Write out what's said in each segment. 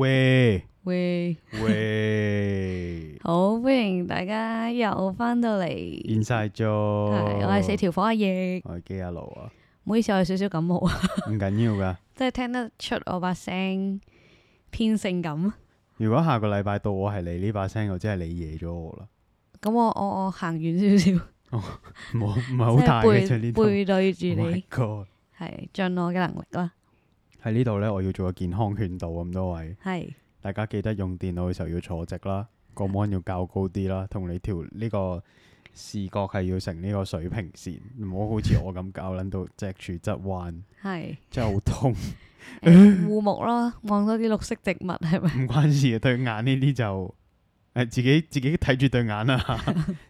喂喂，喂好歡迎大家又翻到嚟，係，inside 咗，我係四條火阿翼，我係基阿奴啊，唔好意思，我有少少感冒 啊，唔緊要噶。即係聽得出我把聲偏性感。如果下個禮拜到我係你呢把聲，我真係你惹咗我啦。咁我我我行遠少少，冇唔係好即大嘅係啫呢背度。背對住 Oh my 你， God 係盡我嘅能力啦，喺呢度呢，我要做個健康勸導啊咁多位，係大家記得用電腦嘅時候要坐直啦，個 mon 要較高啲啦，同你條呢個視覺係要成呢個水平線，唔好好似我咁搞撚到脊柱側彎， 係真係好痛。誒護目咯，望多啲綠色植物係咪？唔關事嘅，對眼呢啲就诶自己自己睇住對眼 啦，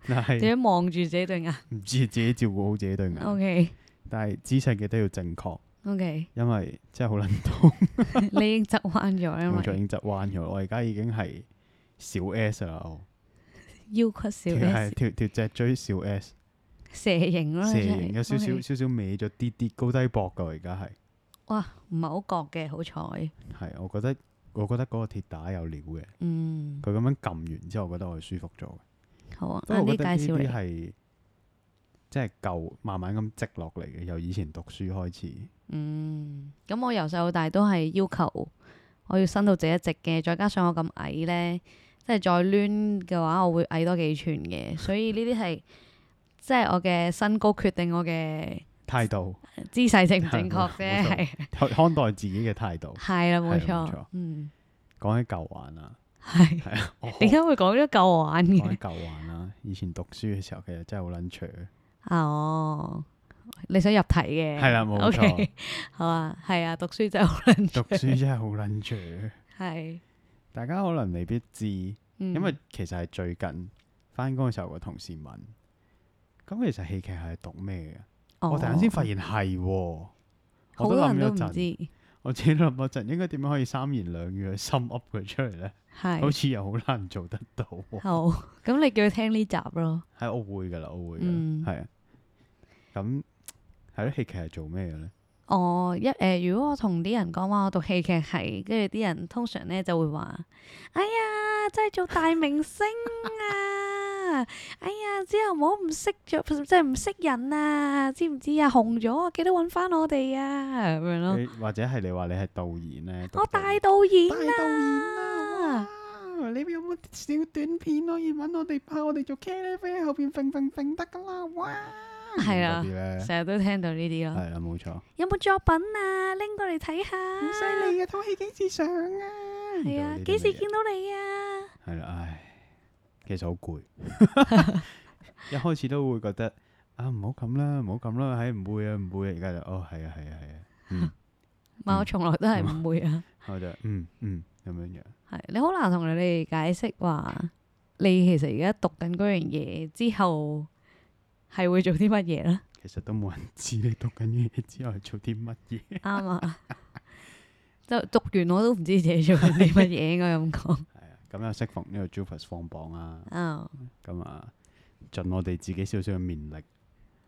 但自係己望住自己對眼。唔知自己照顧好自己對眼， OK 但係姿勢記得要正確， OK，因為真係好撚痛， 你已經側彎咗， 因我仲已為經側彎咗，我而家已經係小 S 啦，我腰骨少條係 S 條條脊椎小 S，蛇形咯，蛇真係形有少 OK 少少少歪咗啲啲高低膊噶，我而家係哇，唔係好覺嘅，好彩。係，我覺得我覺得嗰個鐵打有料嘅，嗯，佢咁樣撳完之後，我覺得我係舒服咗嘅，好啊，不過啱我啲覺得呢介紹啲你。係。即係舊慢慢咁積落嚟嘅，由以前讀書開始，嗯，咁我由細到大都係要求哎我要伸到自己直嘅，再加上我咁矮咧，即係再攣嘅話，我會矮多幾寸嘅。所以呢啲係即係我嘅身高決定我嘅態度， 姿勢正唔正確冇啫，錯係看看待自己嘅態度。係啦，冇係啊啦冇錯錯，嗯，講起舊玩 啊，係。係啊，我點講解會講咗舊玩起嘅？舊玩啊，以前讀書嘅時候其實真係好撚扯，啊哦，你想入題嘅？係啦冇 OK，錯好啊，係啊，讀書真係好撚讀長書真係好撚扯。係，嗯大家可能未必知，因因為其實係最近翻工嘅時候個同事問，咁其實戲劇係讀咩嘅？我突然間先發現係喎，我哦好都多人諗都咗唔陣，知，我自己諗咗陣，應該點樣可以三言兩語去深噏佢出嚟呢？好係似又好難做得到喎。好。咁你叫佢聽呢集咯，喺我會噶啦，我會噶啦，嗯係啊。咁係咯，戲劇係做咩嘅咧？我一誒、呃如果我同啲人講話我讀戲劇系，跟住啲人通常咧就會話：哎呀，真係做大明星啊！ 哎呀，之後唔好唔識咗，即係唔識人啊，知唔知啊？紅咗，記得揾翻我哋啊，咁樣咯。你或者係你話你係導演咧？我大大導演導演啊啊！！哇你有冇小短片可以揾我哋拍？我哋做茄喱啡喺後邊揈揈揈得噶啦！哇！係嗰啊啲咧，成日都聽到呢啲咯。係啦，冇錯，有冇作品啊？拎過嚟睇下。好犀利嘅套戲幾時上啊？嗯係啊，幾時見到你啊？係啦，唉，其實好攰， 一開始都會覺得啊，唔好咁啦，唔好咁啦，唉，唔會啊，唔會啊，而家就哦，係啊，係啊，係啊，嗯，唔係，我從來都係唔會啊。我就嗯嗯咁樣樣，係你好難同你哋解釋話，你其實而家讀緊嗰樣嘢之後係會做啲乜 嘢啦？其實都冇人知你讀緊嘢之後係做啲乜嘢，啱啊！就讀完我都唔知自己做緊啲乜嘢，應該咁講。 係啊，咁又適逢呢個 Jupas 放榜啊，啊，咁啊，盡我哋自己少少嘅綿力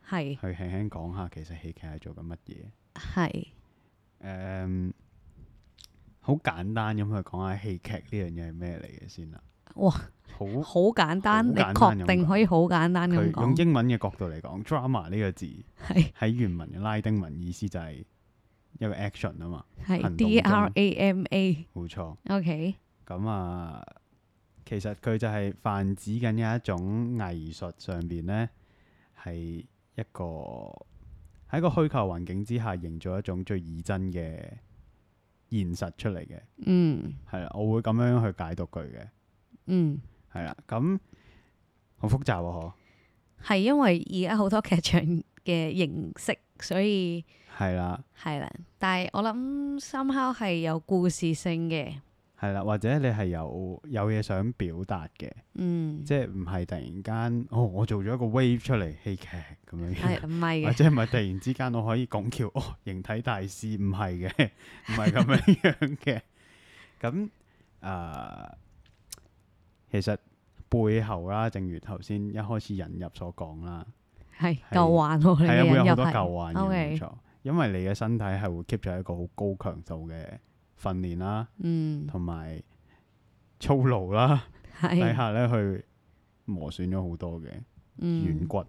係去輕輕講下，其實戲劇係做緊乜嘢，係誒，好簡單咁去講下戲劇呢樣嘢係咩嚟嘅先啦，哇，好。好簡單，好簡你單確定可以好簡單咁佢用講？英文嘅角度嚟講，drama 呢個字係喺原文嘅拉丁文意思就係一個 action 啊嘛，係行動 D 中 R A M A。冇錯。 OK，咁啊，其實佢就係泛指緊有一種藝術上邊呢，係一個喺一個虛構環境之下營造一種最擬真嘅現實出嚟嘅，嗯係啦，我會咁樣去解讀佢嘅，嗯，係啦，咁好複雜喎、嗬，係因為而家好多劇場嘅形式，所以。係啦。係啦，但係我諗深烤係有故事性嘅，係啦，或者你係有有嘢想表達嘅，嗯，即係唔係突然間哦，我做咗一個 wave 出嚟戲劇咁樣係嘅，唔係或嘅，者唔係突啊然之間我可以拱橋哦，形體大師唔係 嘅，唔係咁樣樣嘅。咁啊、其實背後啦，正如頭先一開始引入所講啦，係係舊患喎，你係啊，嘅會引有好入多係舊患嘅，冇 OK 錯，因為你嘅身體係會 keep 住一個好高強度嘅訓練啦，嗯，同埋操勞啦，底係，下咧去磨損咗好多嘅軟嗯，骨，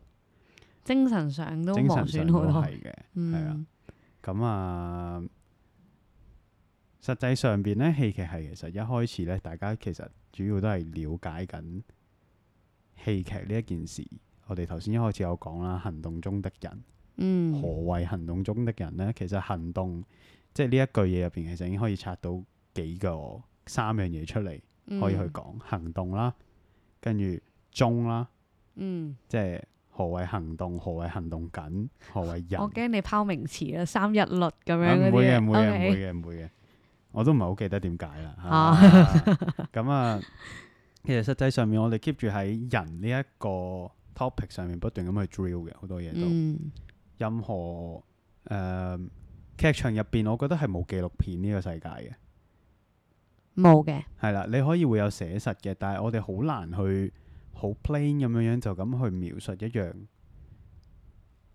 精神上都精磨神上損都好多，係嘅，係啊。嗯，咁啊，實際上邊咧，戲劇係其實一開始咧，大家其實主要都係了解緊戲劇呢一件事。我哋頭先一開始有講啦，行動中的人，嗯，何謂行動中的人呢？其實行動即係呢一句嘢入邊，其實已經可以拆到幾個三樣嘢出嚟，可以去嗯，講、行動啦，跟住中啦，嗯，即係何謂行動，何謂行動緊，何謂人我。驚你拋名詞啦，三日律咁啊樣嗰唔啲會嘢嘅，唔會嘅，唔 OK 會嘅，唔會嘅。我都唔係好記得點解啦。啊啊 咁啊，其實實際上面我哋 keep 住喺人呢一個 topic 上面不斷咁去 drill 嘅，好多嘢都。嗯，任何誒、呃、劇場入邊，我覺得係冇紀錄片呢個世界嘅。冇嘅，係啦，你可以會有寫實嘅，但係我哋好難去好 plain 咁樣樣就咁去描述一樣誒、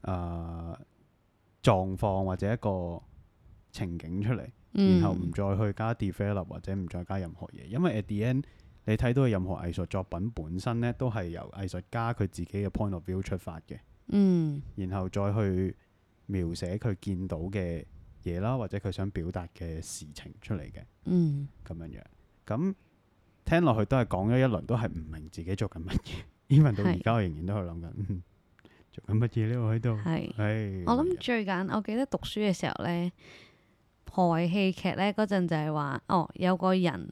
呃、狀況或者一個情景出嚟。然後唔嗯，再去加 develop 或者唔再加任何嘢，因為 at the end 你睇到嘅任何藝術作品本身呢，都係由藝術家佢自己嘅 point of view 出發嘅，嗯，然後再去描寫佢見到嘅嘢啦，或者佢想表達嘅事情出嚟嘅嗯，咁樣樣。咁聽落去都係講咗一輪，都係唔明自己做緊乜嘢。even 到而係家我仍然都喺度諗緊，嗯做緊乜嘢呢？我喺度，係。唉我諗最哦簡，我記得讀書嘅時候咧，破壞戲劇咧嗰陣就係話，哦有個人，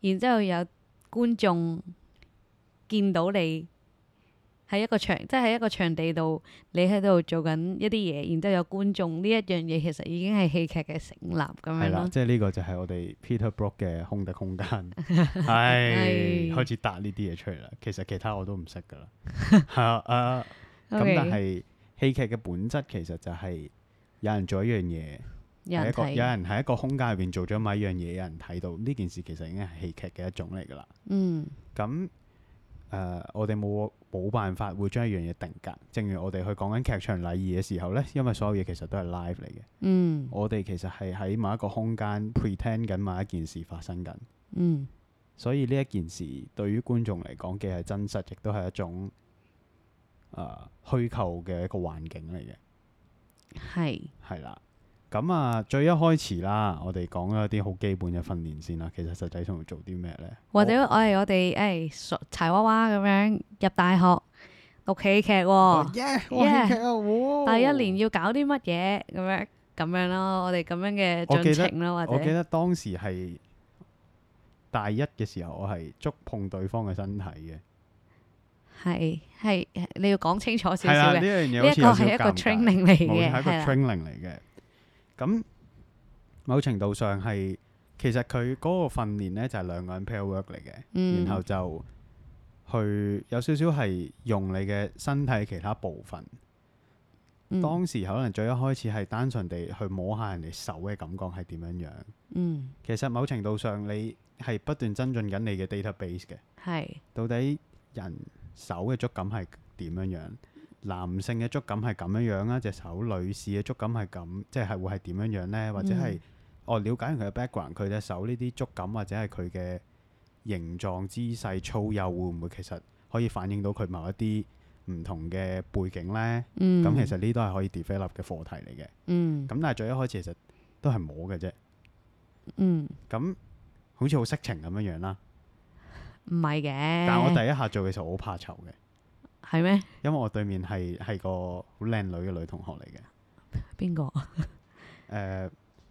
然之後有觀眾見到你喺一個場，即係喺一個場地度，你喺度做緊一啲嘢，然之後有觀眾呢一樣嘢，其實已經係戲劇嘅成立咁係樣啦，咯。即係呢個就係我哋 Peter Brook 嘅空的空間， 係係開始搭呢啲嘢出嚟啦。其實其他我都唔識噶 啦，係啊啊咁 OK，但係戲劇嘅本質其實就係有人做一樣嘢，有係一人個睇，有人喺一個空間入邊做咗某一樣嘢，有人睇到呢件事，其實已經係戲劇嘅一種嚟噶啦。嗯咁誒、呃我哋冇冇辦法會將一樣嘢定格。正如我哋去講緊劇場禮儀嘅時候呢，因為所有嘢其實都係 live 嚟嘅。嗯我哋其實係喺某一個空間 pretend 緊某一件事發生緊，嗯所以呢一件事對於觀眾嚟講既係真實，亦都係一種誒虛構嘅一個環境嚟嘅，嗯係係啦。咁啊，最一開始啦，我哋講咗一啲好基本嘅訓練先啦。其實實際上會做啲咩呢？或者我係我哋誒傻柴娃娃咁樣入大學讀戲劇哦喎。耶，我戲劇啊哇第一年要搞啲乜嘢咁樣咁樣咯，我哋咁樣嘅進程咯，或我記者得當時係大一嘅時候，我係觸碰對方嘅身體嘅。係係你要講清楚少係啦，少呢嘅。樣嘢呢好一似個有少係一個尷尬 training 嚟冇嘅，係一個係啦， training 嚟嘅。咁某程度上係其實佢嗰個訓練咧就係兩個人 pair work 嚟嘅，嗯，然後就去有少少係用你嘅身體其他部分。嗯當時可能最一開始係單純地去摸下人哋手嘅感覺係點樣樣。嗯其實某程度上你係不斷增進緊你嘅 database 嘅。係到底人手嘅觸感係點樣樣？男性嘅觸感係咁樣樣啊，隻手；女士嘅觸感係咁，即係會係點樣樣呢？或者係、嗯哦，了解完佢嘅 background，佢隻手呢啲觸感或者係佢嘅形狀、姿勢、粗幼，會唔會其實可以反映到佢某一啲唔同嘅背景呢？嗯咁、其實呢都係可以 develop 嘅課題嚟嘅。咁嗯但係最一開始其實都係摸嘅啫，嗯咁好似好色情咁樣樣啦。唔係嘅，但我第一下做嘅時候，我好怕醜嘅。係咩？因為我對面係係個好靚女嘅女同學嚟嘅，誒、邊個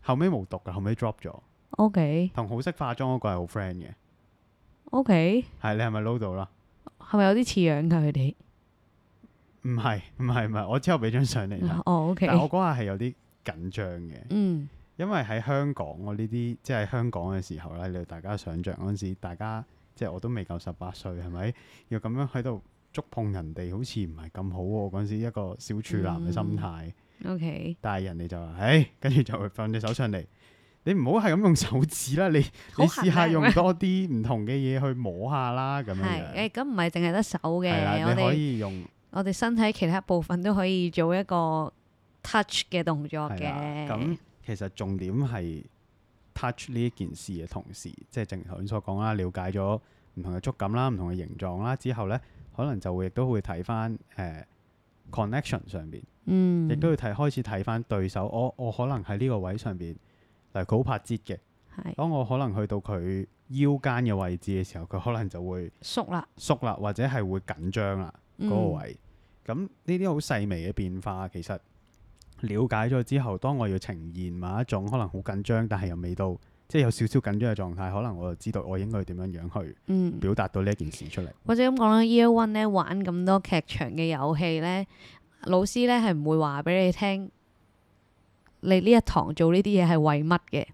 後尾冇讀嘅，後尾 drop 咗， ？O K 同好識化妝嗰個係好 friend 嘅， O K，係你係咪撈到啦？係咪有啲似樣㗎佢哋？唔係唔係唔係，我之後俾張相你睇， 哦，O K，但我嗰下係有啲緊張嘅，嗯因為喺香港我呢啲即係香港嘅時候咧，你大家想像嗰陣時，大家即係我都未夠十八歲，係咪要咁樣喺度觸碰人哋，好似唔係咁好喎、嗰陣時一個小處男嘅心態。 ，O K，但係人哋就話，唉，跟住就會放隻手上嚟。你唔好係咁用手指啦，你你 好痕啊試下用咁樣多啲唔同嘅嘢去摸下啦，咁樣樣係誒，咁唔係淨係得手嘅，係啦，我你可哋。以用我哋身體其他部分都可以做一個 touch 嘅動作係啦。嘅。咁其實重點係 touch 呢一件事嘅同時，即係正如頭先所講啦，了解咗唔同嘅觸感啦、唔同嘅形狀啦之後咧，可能就會亦都會睇翻誒 connection 上邊，嗯，亦都要睇開始睇翻對手。我我可能喺呢個位上邊，例如佢好拍折嘅，係當我可能去到佢腰間嘅位置嘅時候，佢可能就會縮啦，縮啦，或者係會緊張啦。嗰個嗯，位。咁呢啲好細微嘅變化，其實了解咗之後，當我要呈現某一種可能好緊張，但係又未到，即係有少少緊張嘅狀態，可能我就知道我應該點樣樣去嗯，表達到呢一件事出嚟。或者咁講啦，Year One 咧玩咁多劇場嘅遊戲咧，老師咧係唔會話俾你聽，你呢一堂做呢啲嘢係為乜嘅，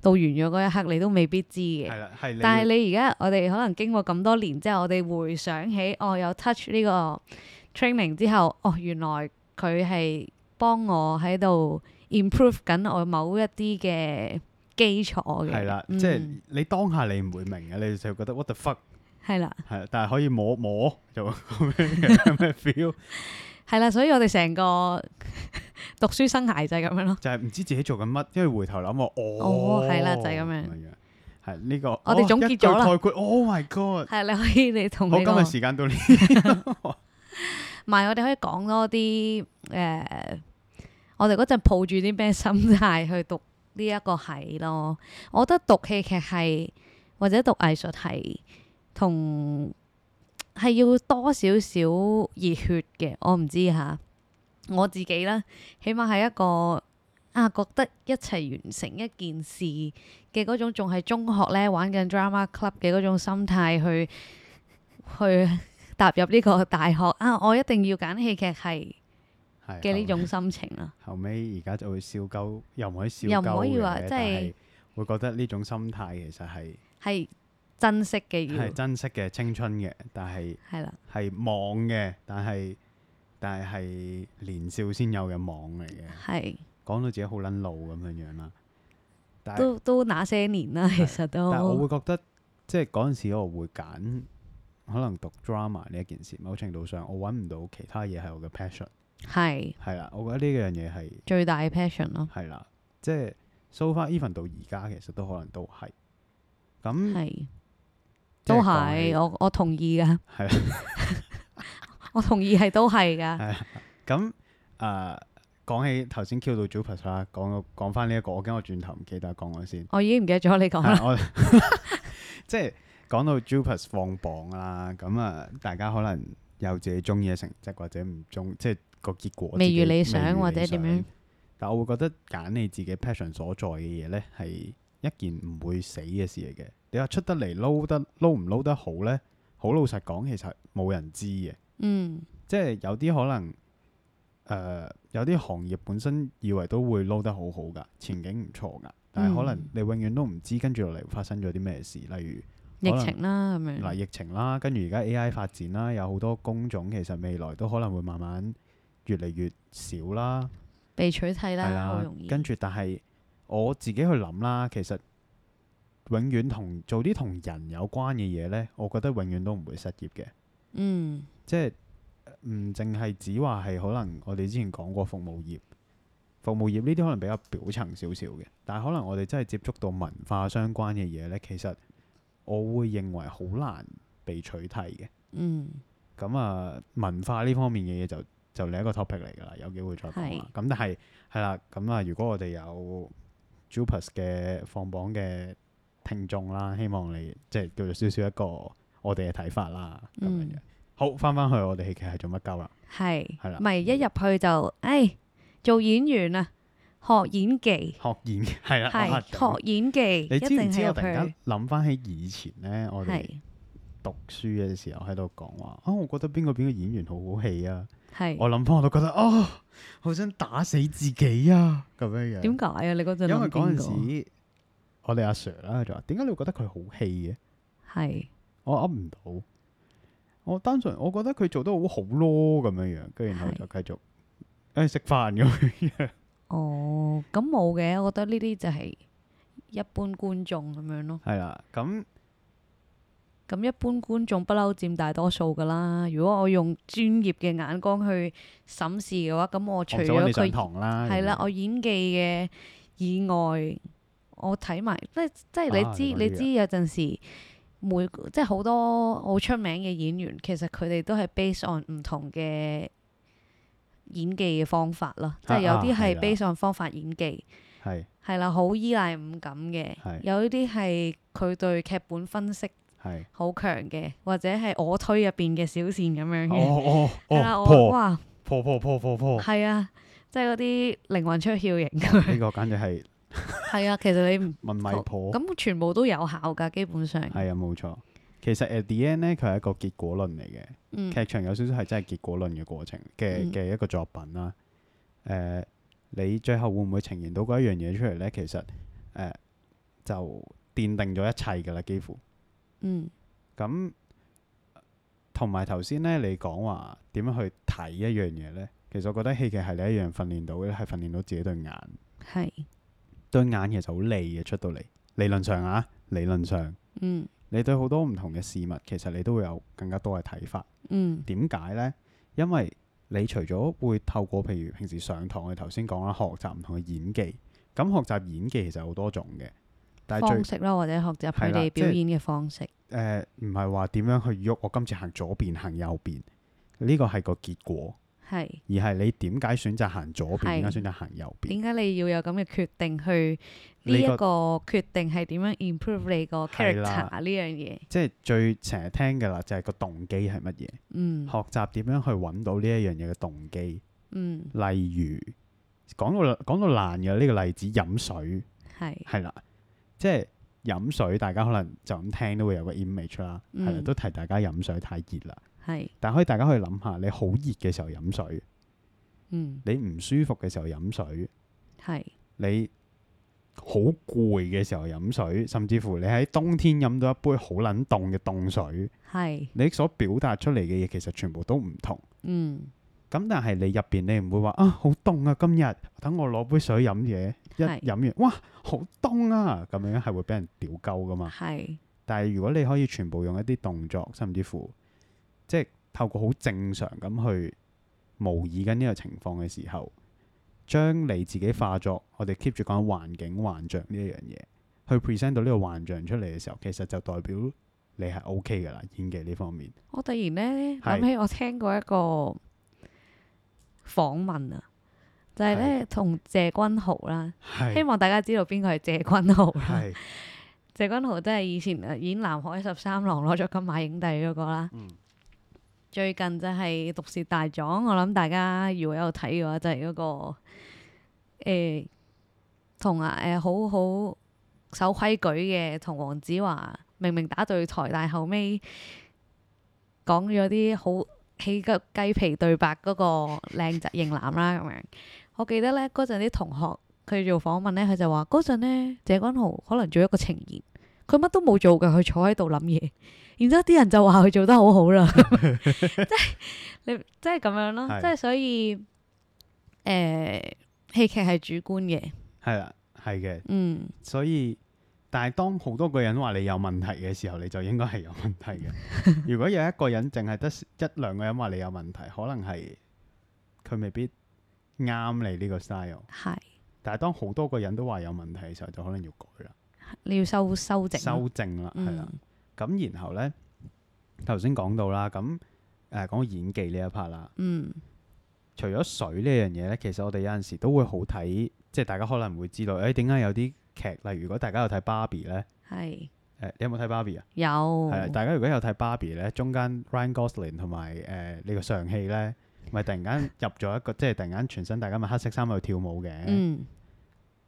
到完咗嗰一刻你都未必知嘅。係啦，係你但係要你而家我哋可能經過咁多年之後，我哋回想起哦有 touch 呢個 training 之後，哦原來佢係幫我喺度 improve 緊我某一啲嘅基礎嘅。嗯係啦，即係你當下你唔會明嘅，你就會覺得 what the fuck 係啦，係啦，但係可以摸摸就咁樣嘅咩 feel，係啦，所以我哋成個 讀書生涯就係咁樣咯。就係唔知自己做緊乜，因為回頭諗我哦哦，係啦就係咁樣樣，係呢個我哋哦總結一句咗啦概括，Oh my god！係你可以你同好，你今個日時間到呢唔係，我哋可以講多啲誒、呃我哋嗰陣抱住啲咩心態去讀呢一個系咯。我覺得讀戲劇系或者讀藝術系同係要多少少熱血嘅，我唔知吓。我自己啦，起碼係一個啊覺得一齊完成一件事嘅嗰種，仲係中學咧玩緊 drama club 嘅嗰種心態去去。踏入呢個大學啊，我一定要揀戲劇系係嘅呢好種心情啊啦。後尾而家就會笑鳩，又唔可以笑鳩又唔可以嘅話即係但係會覺得呢種心態其實係係珍惜嘅要係珍惜嘅青春嘅，但係係啦，係望嘅，但係但係係年少先有嘅望嚟嘅，係講到自己好撚老咁樣樣啦。但係都都那些年啦，其實但係我都會覺得即係嗰陣時我會揀可能讀 drama 呢一件事，某程度上我揾唔到其他嘢係我嘅 passion。係係啦，我覺得呢樣嘢係最大嘅 passion 咯。係啦，即係 so far even 到而家其實都可能都係咁，係即都嗯係講起係，哦我我同意噶，係啦 我同意係都係噶。咁誒講起頭先 Q 到 Jupiter 啦，講到講翻呢一個，我驚我轉頭唔記得講咗先。我已經唔記得咗你講啦。係我 即係講到 Jupiter 放榜啦，咁啊大家可能有自己中意嘅成績或者唔中，即係個結果未自如己理想未如理或者點樣。但我會覺得揀你自己 passion 所在嘅嘢呢，係一件唔會死嘅事嚟嘅。你話出得嚟撈得撈唔撈得好呢？好老實講，其實冇人知嘅。嗯，即係有啲可能誒、呃有啲行業本身以為都會撈得好好㗎，前景唔錯㗎，但係可能嗯你永遠都唔知跟住落嚟發生咗啲咩事，例如。疫可能情啦咁嗱樣，疫情啦，跟住而家 AI 發展啦，有好多工種其實未來都可能會慢慢越嚟越少啦，被取替係啦，好容易。跟住但係我自己去諗啦，其實永遠同做啲同人有關嘅嘢呢，我覺得永遠都唔會失業嘅，嗯，即係呃唔淨係只話係可能我哋之前講過服務業。服務業呢啲可能比較表層少少嘅，但係可能我哋真係接觸到文化相關嘅嘢呢，其實我會認為好難被取替嘅。嗯，咁啊，文化呢方面嘅嘢就就另一個 topic 嚟㗎啦，有機會再講啦。咁但係係啦，咁啊，如果我哋有 Jupas 嘅放榜嘅聽眾啦，希望你即係叫做少少一個我哋嘅睇法啦，咁樣樣。嗯好，翻翻去我哋戲劇係做乜鳩啦？係係啦，咪一入去就唉做演員啊，學演技。學演係啦，哇係學演技，你一知唔定知係我入突然間去。諗翻起以前咧，我哋係讀書嘅時候喺度講話啊，我覺得邊個邊個演員好好戲啊！係 我諗翻我都覺得哦，好想打死自己啊咁樣樣。點解啊？你嗰陣因為嗰諗邊陣個？時，我哋阿 Sir 啦就話：點解你會覺得佢好戲嘅？係我噏唔到。我單純我覺得佢做得好好咯咁樣樣，跟住然後係就繼續誒食飯咁樣 樣。哦，咁冇嘅，我覺得呢啲就係一般觀眾咁樣咯。係啦，咁咁一般觀眾不嬲佔大多數噶啦。如果我用專業嘅眼光去審視嘅話，咁我除我唔想揾咗你上佢堂啦。係啦，咁樣我演技嘅以外，我睇埋，即係即啊係你你講知呢你啲知有陣時每個即係好多好出名嘅演員，其實佢哋都係 based on 唔同嘅演技嘅方法啦，即係有啊啲係係啦 based on 方法演技，係係啦，好依賴五感嘅係，有啲係佢對劇本分析係。好強嘅，或者係我推入邊嘅小線咁樣嘅，哦哦嗯 係啦，哦，我破哇破破破破破，係啊，即係嗰啲靈魂出竅型咁樣，呢個簡直係係啊，其實你唔。問米婆。咁全部都有效㗎，基本上。係啊，冇錯。其實 at the end 咧，佢係一個結果論嚟嘅。嗯，劇場有少少係真係結果論嘅過程嘅嗯嘅一個作品啦。誒、你最後會唔會呈現到嗰一樣嘢出嚟呢？其實誒、就奠定咗一切㗎啦，幾乎。嗯，咁同埋頭先呢，你講話點樣去睇一樣嘢呢？其實我覺得戲劇係你一樣訓練到嘅，係訓練到自己對眼。係，對眼其實好利嘅，出到嚟理論上啊，理論上嗯你對好多唔同嘅事物，其實你都會有更加多嘅睇法。嗯點解呢？因為你除咗會透過譬如平時上堂，我哋頭先講啦，學習唔同嘅演技。咁學習演技其實好多種嘅，但係最方式啦，或者學係習佢啦哋表演嘅方式。誒唔係話點樣去喐，我今次行左邊行右邊，呢個係個結果，係而係你點解選擇行左邊，係點解選擇行右邊？點解你要有咁嘅決定去呢你一個個決定係點樣 improve 你個係 character 啊啦呢樣嘢？即係最成日聽嘅啦，就係個動機係乜嘢？嗯學習點樣去揾到呢一樣嘢嘅動機，嗯例如講到講到爛嘅呢個例子，飲水。係係啦，即係飲水，大家可能就咁聽都會有個 image 啦，係嗯啦、都提大家飲水太熱啦。係但可以大家可以諗下，你好熱嘅時候飲水，嗯你唔舒服嘅時候飲水，係你好攰嘅時候飲水，甚至乎你喺冬天飲到一杯好撚凍嘅凍水，係你所表達出嚟嘅嘢其實全部都唔同。嗯咁但係你入邊你唔會話啊好凍啊今日，等我攞杯水飲嘢，一係飲完哇好凍啊咁樣係會俾人屌鳩噶嘛。係但係如果你可以全部用一啲動作，甚至乎即係透過好正常咁去模擬緊呢個情況嘅時候，將你自己化作我哋 keep 住講環境幻象呢一樣嘢，去 present 到呢個幻象出嚟嘅時候，其實就代表你係 OK 㗎啦，演技呢方面我突然係咧諗起我聽過一個訪問啊，就係咧同謝君豪啦。希係望大家知道邊個係謝君豪啦。係謝君豪真係以前呃演《南海十三郎》攞咗金馬影帝嗰個啦。嗯最近就係《毒舌大狀》，我諗大家如果有睇嘅話，就係、嗰個呃誒同啊誒好好守規矩嘅，同黃子華明明打對台，但係後尾講咗啲好起個雞皮對白嗰個靚仔型男啦咁樣。我記得咧嗰陣啲同學佢做訪問咧，佢就話嗰陣咧謝君豪可能做一個情言，佢乜都冇做㗎，佢坐喺度諗嘢，然之後啲人就話佢做得好好啦，即係你即係咁樣咯，係即係所以誒、呃、戲劇係主觀嘅，係啦，係嘅。嗯所以，但係當好多個人話你有問題嘅時候，你就應該係有問題嘅。如果有一個人淨係得一兩個人話你有問題，可能係佢未必啱你呢個 style。係但係當好多個人都話有問題嘅時候，就可能要改啦，你要修修整咯，修正啦，係啦嗯。咁然後呢，頭先講到啦，咁誒講演技呢一 part 啦，嗯除咗水呢樣嘢呢，其實我哋有陣時都會好睇，即係大家可能會知道，誒點解有啲劇，例如如果大家有睇芭比呢，係誒你有冇睇芭比啊？有係哦啊，大家如果有睇芭比咧，中間 Ryan Gosling 同埋誒呢個上戲咧，咪突然間入咗一個， 即係突然間全身大家咪黑色衫喺度跳舞嘅。嗯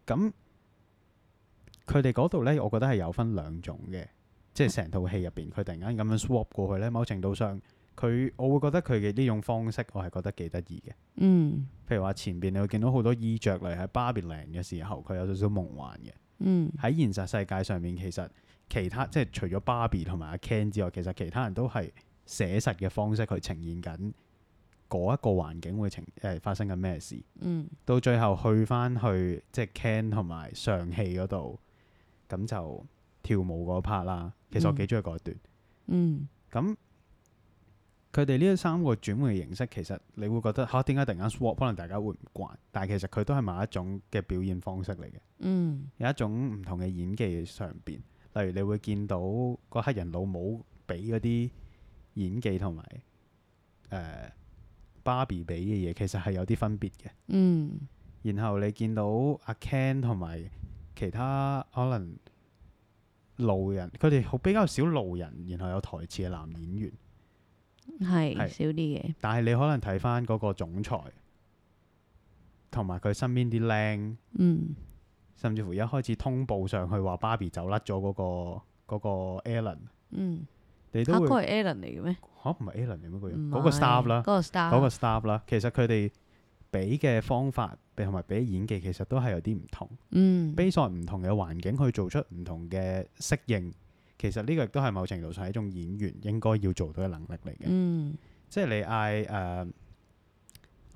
咁佢哋嗰度咧，我覺得係有分兩種嘅，即係成套戲入邊，佢突然間咁樣 swap 過去咧，某程度上佢我會覺得佢嘅呢種方式，我係覺得幾得意嘅。嗯譬如話前邊你會見到好多衣着，例如喺芭比 land 嘅時候，佢有少少夢幻嘅。嗯喺現實世界上面，其實其他即係除咗芭比同埋阿 Ken 之外，其實其他人都係寫實嘅方式去呈現緊嗰一個環境會呈誒、發生緊咩事。嗯到最後去翻去即係 Ken 同埋上戲嗰度，咁就跳舞嗰 part 啦。其實我嗯幾中意嗰一段。嗯咁佢哋呢三個轉換嘅形式，其實你會覺得嚇點解突然間 swap，可能大家會唔慣，但係其實佢都係某一種嘅表現方式嚟嘅，嗯有一種唔同嘅演技上邊。例如你會見到個黑人老母俾嗰啲演技同埋誒芭比俾嘅嘢，其實係有啲分別嘅。嗯然後你見到阿 Ken 同埋其他可能路人，佢哋好比較少路人，然後有台詞嘅男演員。係係少啲嘅，但係你可能睇翻嗰個總裁，同埋佢身邊啲靚，嗯甚至乎一開始通報上去話芭比走甩咗嗰個嗰、個 Alan，嗯，你嚇都會嚇嗰個係 Alan 嚟嘅咩？唔係 Alan 嚟咩個樣？唔嗰個係 staff 啦嗰，個嗰個 star， staff 啦，其實佢哋俾嘅方法同埋俾嘅演技其實都係有啲唔同。嗯 b a s 唔同嘅環境去做出唔同嘅適應，其實呢個亦都係某程度上係一種演員應該要做到嘅能力嚟嘅。嗯即係你嗌誒、呃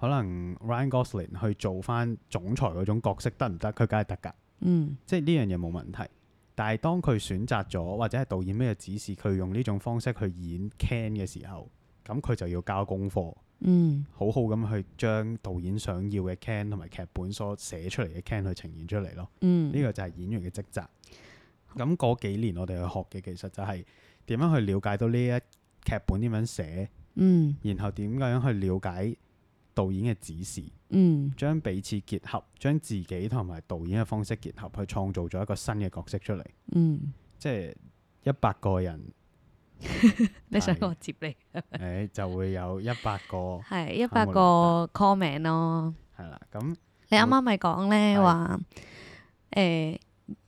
可能 Ryan Gosling 去做翻總裁嗰種角色得唔得？佢梗係得㗎，嗯即係呢樣嘢冇問題。但係當佢選擇咗或者係導演咩指示佢用呢種方式去演 Ken 嘅時候，咁佢就要交功課，嗯好好咁去將導演想要嘅 Ken 同埋劇本所寫出嚟嘅 Ken 去呈現出嚟咯。嗯，呢個就係演員嘅職責。咁嗰幾年我哋去學嘅其實就係點樣去了解到呢一劇本點樣寫，嗯然後點樣去了解導演嘅指示，嗯將彼此結合，將自己同埋導演嘅方式結合，去創造咗一個新嘅角色出嚟。嗯，即係一百個人， 你想係我接你？誒、就會有一百個係一百冇個 comment 咯。係啦。咁你啱啱咪講咧嗯係話誒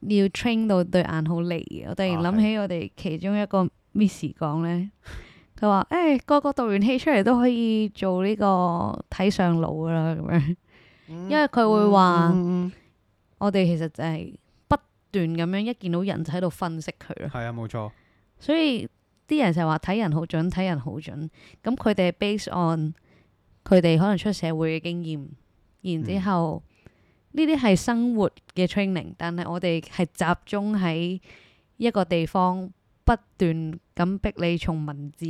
要 train 到對眼好利嘅，我突然啊諗係起我哋其中一個 miss 講咧， 佢話誒個個讀完戲出嚟都可以做呢個睇相佬噶啦咁樣，因為佢會話、嗯嗯我哋其實就係不斷咁樣一見到人就喺度分析佢嗯咯，係啊，冇錯，所以啲人就係話睇人好準，睇人好準，咁佢哋係 base on 佢哋可能出社會嘅經驗，然之後呢啲係生活嘅 training，但係我哋係集中喺一個地方，不斷咁逼你從文字、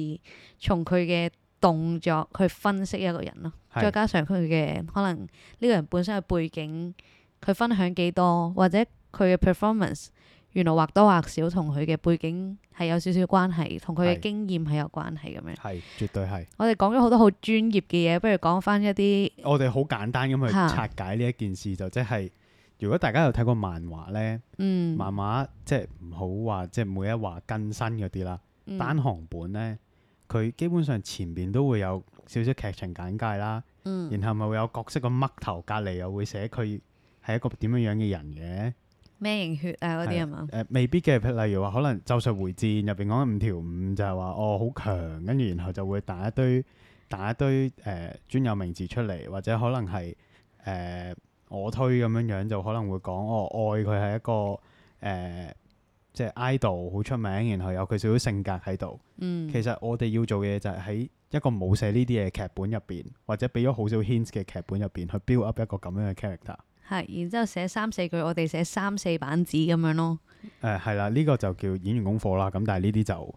從佢嘅動作去分析一個人咯，係再加上佢嘅可能呢個人本身嘅背景，佢分享幾多，或者佢嘅 performance。原來或多或少同佢嘅背景係有少少關係，同佢嘅係經驗係有關係咁樣。係絕對係。我哋講咗好多好專業嘅嘢，不如講翻一啲我哋好簡單咁去嚇拆解呢一件事，就即係如果大家有睇過漫畫呢，嗯，漫畫即係唔好話即係每一話更新嗰啲啦，嗯單行本呢，佢基本上前面都會有少少劇情簡介啦，嗯然後咪會有角色個嘜頭隔離又會寫佢係一個點樣樣嘅人咩型血啊嗰啲係係嘛嘅，誒、？未必嘅，譬如例如話可能《咒術回戰》入邊講緊五條五就係話哦好強，跟住然後就會打一堆打一堆誒、呃、專有名詞出嚟，或者可能係誒、呃我推咁樣樣就可能會講哦愛佢係一個誒、呃即係 idol 好出名，然後有佢少少性格喺度。嗯，其實我哋要做嘅嘢就係喺一個冇寫呢啲嘢嘅劇本入邊，或者俾咗好少 hints 嘅劇本入邊去 build up 一個咁樣嘅 character。係，然之後寫三四句，我哋寫三四版紙咁樣咯，誒呃係啦，呢、個就叫演員功課啦。咁但係呢啲就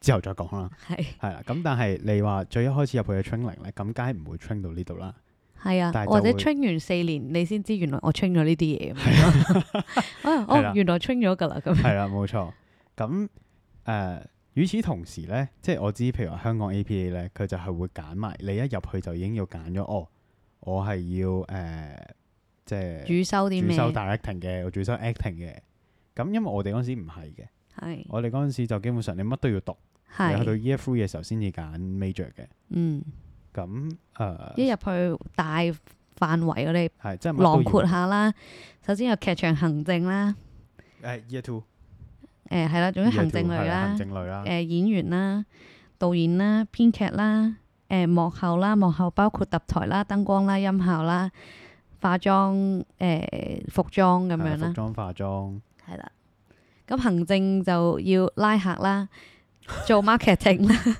之後再講啦。係係啦，咁但係你話最一開始入去嘅 training 咧，咁梗係唔會 train 到呢度 啦。係啊但，係就或者會 train 完四年，你先知原來我 train 咗呢啲嘢咁樣 咯。 啊，係啦哦，原來 train 咗㗎啦咁樣。係啦，冇錯。咁誒、與此同時咧，即係我知，譬如話香港 APA 咧，佢就係會揀埋你一入去就已經要揀咗，哦，我係要誒、即係主修啲主咩？修 directing 嘅，我主修 acting 嘅。咁因為我哋嗰陣時唔係嘅，係我哋嗰陣時就基本上你乜都要讀，你去到嗯係 year three 嘅時候先至揀 major 嘅。嗯，咁呃誒一入去大範圍我哋係即係乜都囊要括下啦。首先有劇場行政啦，誒 year two，誒係啦，總之 year 行政 two，係啦類啦行。政類啦誒、，演員啦、導演啦、編劇啦、誒、幕後啦，幕後包括揼台啦、燈光啦、音效啦、化妝、誒、服裝咁係啦樣服啦，裝化妝係啦。咁行政就要拉客啦，做 marketing 啦，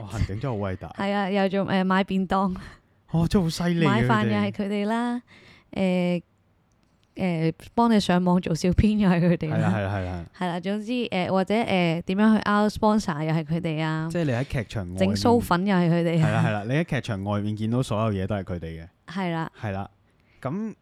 哇行政真係好偉大，係啊，又做誒、呃、買便當、哦真係好犀利啊！買佢飯哋又係佢哋啦，誒、誒幫你上網做小編又係佢係哋啦係啊啦，啦係啦，係啦，總之誒、或者誒點、樣去 out sponsor 又係佢哋啊，即係你喺劇場外整面酥粉又係佢哋係啦啊，係啦，你喺劇場外面見到所有嘢都係佢哋嘅，係啦，係啦。咁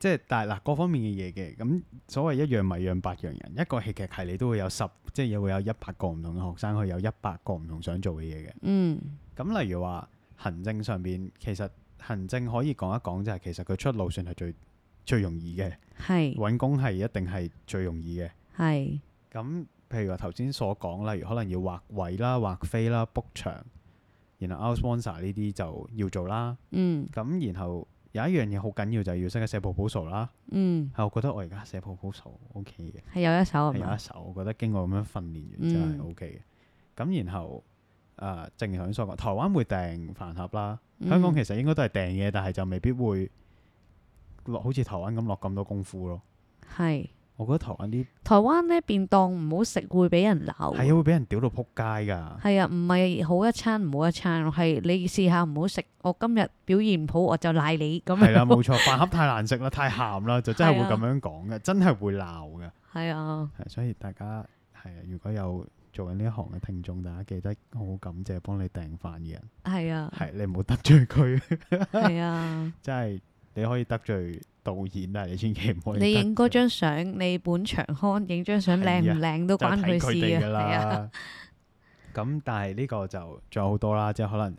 即係但係嗱，各方面嘅嘢嘅，咁所謂一樣米養百樣人，一個戲劇系你都會有十，即係會有一百個唔同嘅學生去有一百個唔同想做嘅嘢嘅。嗯，咁例如話行政上邊，其實行政可以講一講就係其實佢出路算係最最容易嘅，係揾工係一定係最容易嘅。係咁譬如話頭先所講，例如可能要劃位啦、劃飛啦、book 場，然後 out sponsor 呢啲就要做啦。嗯咁然後有一樣嘢好緊要就係要識得寫 proposal 啦。嗯係我覺得我而家寫 proposal OK 嘅。係有一首係係啊有一嘛？手，我覺得經過咁樣訓練完真啊嗯係 O K 嘅。咁、然後誒、呃正如頭先所講，台灣會訂飯盒啦，嗯香港其實應該都係訂嘅，但係就未必會落好似台灣咁落咁多功夫咯。係我覺得台灣啲台灣咧便當唔好食會俾人鬧，係啊會俾人屌到撲街 㗎，係啊，唔係好一餐唔好一餐，係你試下唔好食。我今日表現唔好，我就賴你咁樣。係啦冇錯，飯盒太難食啦，太鹹啦，就真係係啊會咁樣講嘅，真係會鬧嘅。係啊，係所以大家係啊，如果有做緊呢一行嘅聽眾，大家記得好好感謝幫你訂飯嘅人，係啊，係你唔好得罪佢。 係啊。即係你可以得罪導演，但係你千祈唔可以得罪。啊你影嗰張相，你本場刊影張相靚唔靚都就關睇佢佢事哋㗎啊，係啊，啦。咁但係呢個就仲有好多啦，即係可能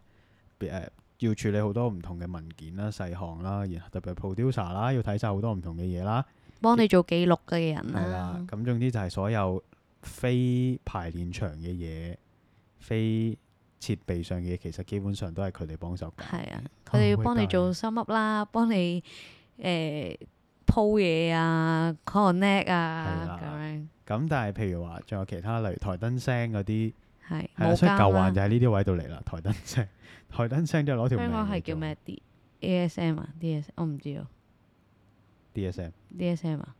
誒、呃要處理好多唔同嘅文件啦、細項啦，然後特別係 producer 啦，要睇晒好多唔同嘅嘢啦，幫你做記錄嘅人啊係啊啦啦。，咁總之就係所有非排練場嘅嘢、非設備上嘅嘢，其實基本上都係佢哋幫手搞。係啊，佢哦哋要幫你做 sum up 啦，幫你誒鋪嘢啊，connect 係啊啦咁樣，咁但係譬如話，仲有其他例如台燈聲嗰啲。係係啊，所以冇舊患啦。就喺呢啲位度嚟啦。台燈聲，台燈聲就攞條命嚟做。香港係叫咩啲 ASM 啊？DS 我唔知啊？DSM ，DSM 啊，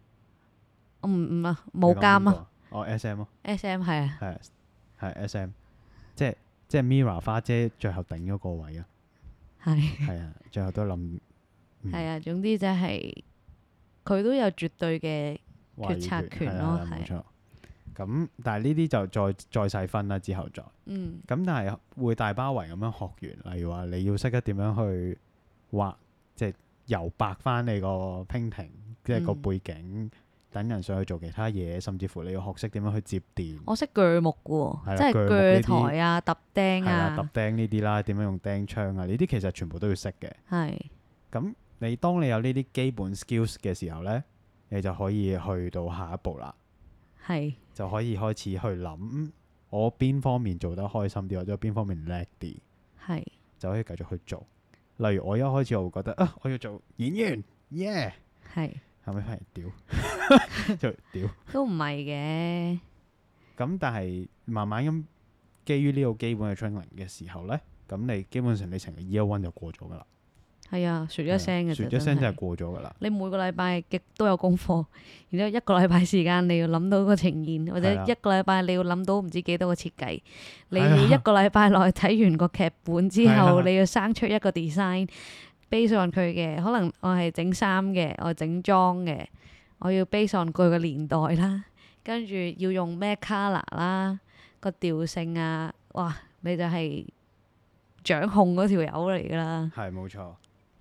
我唔唔啊，冇監啊啊？哦，SM 咯， ，SM 係啊，係係 SM，即係即係 Mira 花姐最後頂咗個位 啊，係係啊，最後都諗嗯係啊，總之就係佢都有絕對嘅，話語決策權係咯啊係冇錯。咁但係呢啲就再再細分啦，之後再咁，嗯但係會大包圍咁樣學完，例如話你要識得點樣去畫，即係由白翻你個 painting，即係個嗯背景，等人上去做其他嘢，甚至乎你要學識點樣去接電。我識鋸木嘅係啦喎，即係鋸木呢啲鋸台啊、揼係釘啦，揼啊，釘呢啲啦，點樣用釘槍啊，呢啲其實全部都要識嘅。係咁你當你有呢啲基本 skills 嘅時候呢，你就可以去到下一步啦，係就可以開始去諗嗯我邊方面做得開心啲，或者邊方面叻啲，係就可以繼續去做。例如我一開始我會覺得啊，我要做演員，yeah，係後尾係屌， 就屌。都唔係嘅，咁但係慢慢咁，基於呢個基本嘅 training 嘅時候呢，咁你基本上你成個 year one 就過咗噶啦。係啊，説一聲嘅説啫，一聲就真係係過咗㗎啦。你每個禮拜極都有功課， 然之後一個禮拜時間你要諗到個呈現，或者係啦啊一個禮拜你要諗到唔知幾多個設計，你係啊要一個禮拜內睇完個劇本之係後，啊你要生出一個 design base on 佢嘅，可能我係整衫嘅，我整裝嘅，我要 base on 佢個年代啦，跟住要用咩 colour 啦，個調性啊，哇，你就係掌控嗰條友嚟㗎啦，係冇錯，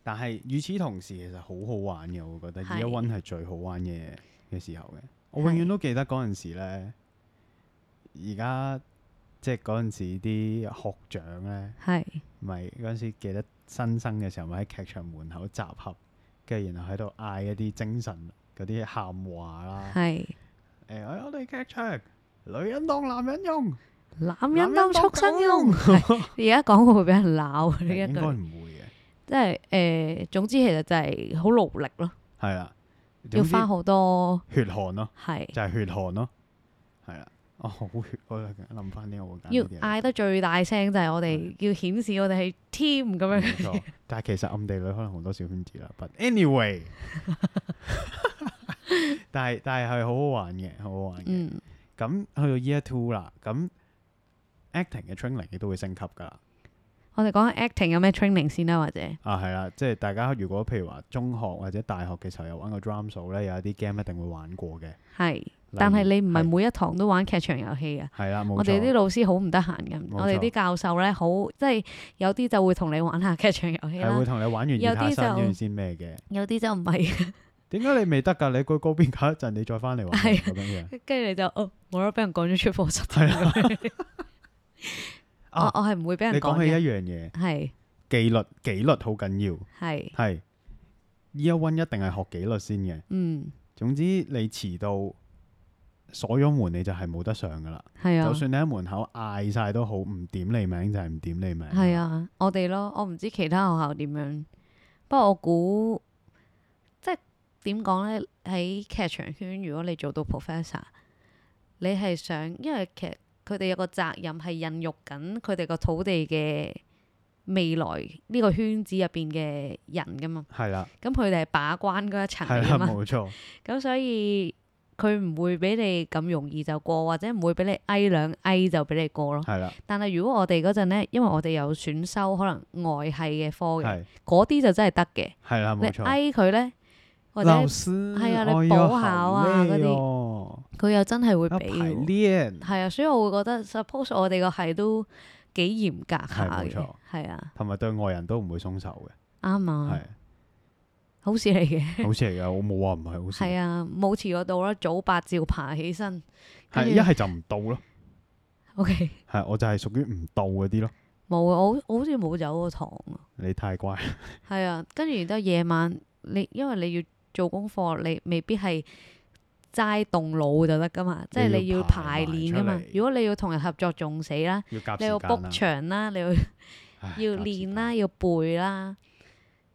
但係與此同時，其實好好玩嘅，我覺得係 Year One 係最好玩嘅嘅時候嘅。我永遠都記得嗰陣時咧，而家即係嗰陣時啲學長咧，係咪嗰陣時記得新生嘅時候，咪喺劇場門口集合，跟住然後喺度嗌一啲精神嗰啲喊話啦。誒、係哎我哋劇場女人當男人用，男男人當畜生用。 狗用而家講會俾人鬧啊呢 一應該句，唔會嘅，即係誒、呃，總之其實就係好勞力咯，係啦。要總之花好多血汗咯，係，就係、血汗咯，係啦。哦，好血，我諗翻呢個會要揀呢啲嘢嗌得最大聲就係我哋要顯示我哋係 team 咁冇樣，錯。但係其實暗地裏可能好多小圈子啦。But anyway，但係但係係好好玩嘅，好好玩嘅。 嗯，咁去到 year two 啦，咁 acting 嘅 training 亦都會升級㗎啦。我哋講下 acting 有咩 training 先啦，或者啊，係啦，即係大家如果譬如話中學或者大學嘅時候有玩過 drum 數咧，有一啲 game 一定會玩過嘅。係，例但係如你唔係係每一堂都玩劇場遊戲啊。係啦，冇我哋啲錯，老師好唔得閒咁，冇我哋啲錯教授咧好即係有啲就會同你玩下劇場遊戲係會啦，同你玩完有熱啲下就身跟住先咩嘅。有啲就唔係，點解你未得㗎？你去嗰邊搞一陣，你再翻嚟玩 係咁樣樣。跟住你就哦冇啦，俾人趕咗出課室。係啦， 我啊我係唔會俾人你趕講起嘅，一樣嘢，係紀律紀律好緊要，係係 Year One 一定係學紀律先嘅。嗯總之你遲到鎖咗門，你就係冇得上㗎啦。係啊就。算你喺門口嗌晒都好，唔點你名就係唔點你名。係啊，我哋咯，我唔知其他學校點樣，不過我估即係點講咧？喺劇場圈，如果你做到 professor，你係想，因為其實佢哋有個責任係孕育緊佢哋個土地嘅未來呢個圈子入邊嘅人噶嘛，係啦，咁佢哋係把關嗰一層係嚟啦，噶嘛，冇錯。咁所以佢唔會俾你咁容易就過，或者唔會俾你挨兩挨就俾你過咯。係啦，但係如果我哋嗰陣咧，因為我哋有選修可能外系嘅科嘅，係嗰啲就真係得嘅。係啦，冇你錯。挨佢咧，或者老師，係啊你哎呀補考啊嗰啲好佢又真係會累哦俾要排喎。練，係啊，所以我會覺得 suppose 我哋個系都幾嚴格下係冇嘅錯，係啊，同埋對外人都唔會鬆手啱嘅，啊，係好事嚟 嘅。好事嚟㗎。我冇話唔係好事，係啊，冇遲過到啦，早八照爬起身。跟係住一係就唔到咯， OK，係我就係屬於唔到嗰啲咯。冇啊，我好我好似冇走過堂啊。你太 乖，係啊，跟住然之後夜晚你因為你要做功課，你未必係齋動腦就得噶嘛，即係你要你要排排埋練噶嘛出嚟。如果你要同人合作，仲死啦，要夾你時間啊要 book 啦，場啦，你要唉要練啦，，要背啦，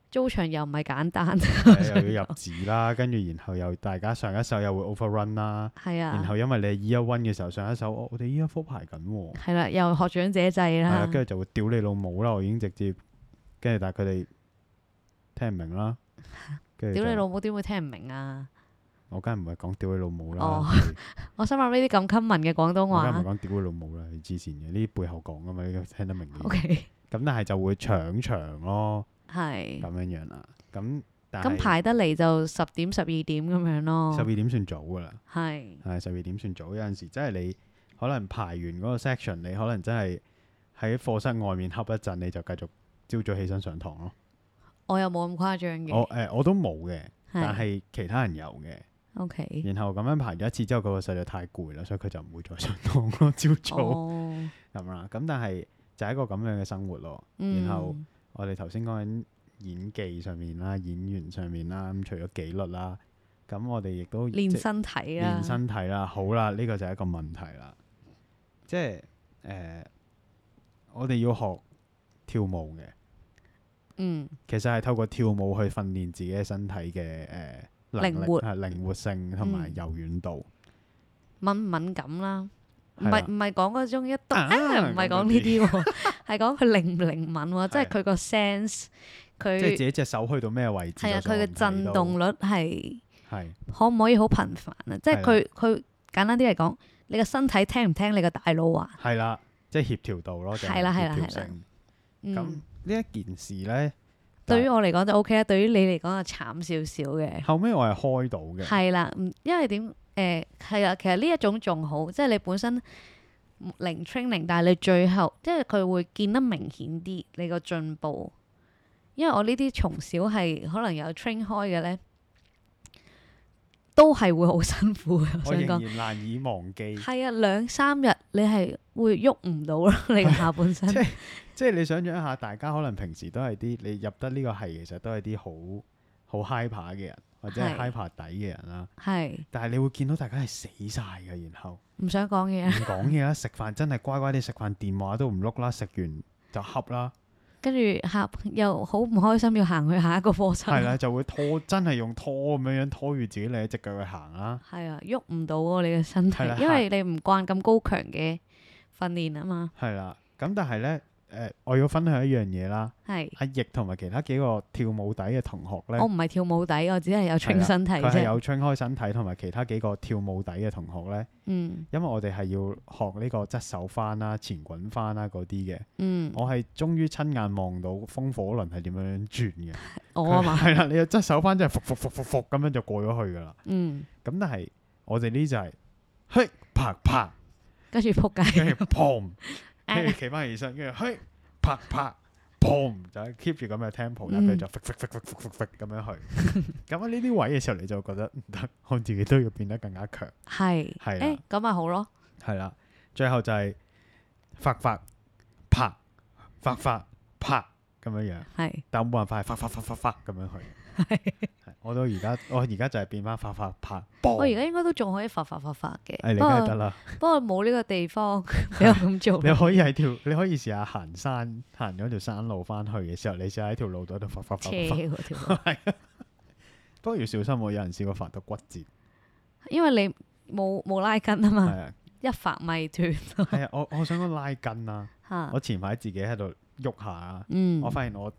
租場又唔係簡單。 夾時間係又要入紙啦，跟住然後又大家上一首又會 overrun 啦，係然啊，後因為你係 year one 嘅時候上一首，我我哋 year four 排緊喎。係啊啦，又學長者制係啊，啦，跟住就會屌你老母啦！我已經直接，跟住但係佢哋聽唔明 啦，跟住屌你就老母點會聽唔明啊？我梗係唔係講屌你老母啦，哦啊係咪 我心諗呢啲咁 common 嘅廣東我啊梗係唔係話講屌你老母啦，你黐線嘅，呢啲背後講噶嘛，呢個聽得 明嘅。咁，OK，但係就會搶場咯，咁係樣樣啦。咁但嗯咁係排哦得嚟就十點十二點咁樣咯十，二點算早噶啦，係。係十二點算早。有陣時真係你可能排完嗰個 section，你可能真係喺課室外面恰一陣，你就繼續朝早起身上堂咯。我又冇咁誇張我呃嘅，誒我都冇嘅，但係係其他人有嘅。 OK，然後咁樣排咗一次之後，佢個實在太攰啦，所以佢就唔會再上堂咯，朝早哦，咁啦。咁但係就係一個咁樣嘅生活咯。嗯然後我哋頭先講緊演技上面啦、演員上面啦，咁除咗紀律啦，咁我哋亦都練啊即係身體啦，練身體啦。好啦，呢、個就係一個問題啦。即係誒、呃我哋要學跳舞嘅，嗯，其實係透過跳舞去訓練自己嘅身體嘅誒、呃能力靈活係靈活性同埋嗯柔軟度。敏唔敏感啦，唔係啦係唔係講嗰種一篤，啊啊唔係講呢啲喎，係講佢靈唔靈敏喎，即係係啊佢個 sense，即係自佢己隻手去到咩位置？係啊，佢嘅震動率率係係可唔可以好頻繁啊？即係係啦佢佢簡單啲嚟講，你個身體聽唔聽你個大腦話？係啦，即係協調度咯，定係啦係啦協調係啦性。咁嗯，呢一件事咧，對於我嚟講就 OK 啦，對於你嚟講就慘少少嘅。後尾我係開到嘅，係啦，嗯因為點誒係啊啦，其實呢一種仲好，即係你本身零 training，但係你最後即係佢會見得明顯啲你個進步。因為我呢啲從小係可能有 train 開嘅咧，都係會好辛苦嘅。我我想仍講然難以忘記。係啊，兩三日你係會喐唔到咯， 你個下半 身即係即係你想象一下，大家可能平時都係啲你入得呢個係，其實都係啲好好 high 爬嘅人，或者係係 high 爬底嘅人啦。係但係你會見到大家係死晒嘅，然 後唔想講嘢唔啊，講嘢啦，食飯真係乖乖哋食飯，電話都唔碌啦，食完就恰 啦。跟住下又好唔開心，要行去下一個課室。係啦，就會拖，真係用拖咁樣樣拖住自己另一隻腳去行啦。係啊，喐唔到喎你嘅身體係啦，因為你唔慣咁高強嘅訓練啊嘛。係啦，咁但係咧，誒，我要分享一樣嘢啦。係。阿奕同埋其他幾個跳舞底嘅同學我咧，唔係跳舞底，我只係有係清啦身體佢係啫。有張開身體同埋其他幾個跳舞底嘅同學咧，嗯因為我哋係要學呢個側手翻啦、前滾翻啦嗰啲嘅。嗯，我係終於親眼望到風火輪係點樣轉嘅。我啊 嘛，係啦，你嘅側手翻真係伏伏伏伏伏咁樣就過咗去㗎啦。嗯，咁但係我哋呢就係嘿啪啪，跟住 撲跟街。住砰， 跟住啊企翻起身，跟住嘿啪啪。砰就係 keep 住咁嘅嗯 tempo，然後佢就揈揈揈揈揈揈咁樣去。 咁啊呢啲位嘅時候，你就覺得唔嗯得，我自己都要變得更加強。係，係啦誒咁咪好咯。係啦，最後就係發發啪發發啪咁樣樣，係但冇辦法係發發發發發咁樣去。係我到而家，我而家就係變翻發發啪。我而家哦應該都仲可以發發發發嘅誒，，你不梗哦係得過啦，不過冇呢個地方 俾我咁做 你啦。可以喺條，你可以試下行山，行咗條山路翻去嘅時候，你試下喺條路度喺度發發發斜發。嗰條路，不過要小心喎，有人試過發到骨折。因為你冇冇拉筋啊嘛，係啊，一發咪斷係 啊，我我想講拉筋啊，嚇我。前排自己喺度喐下啊，嗯我，發現我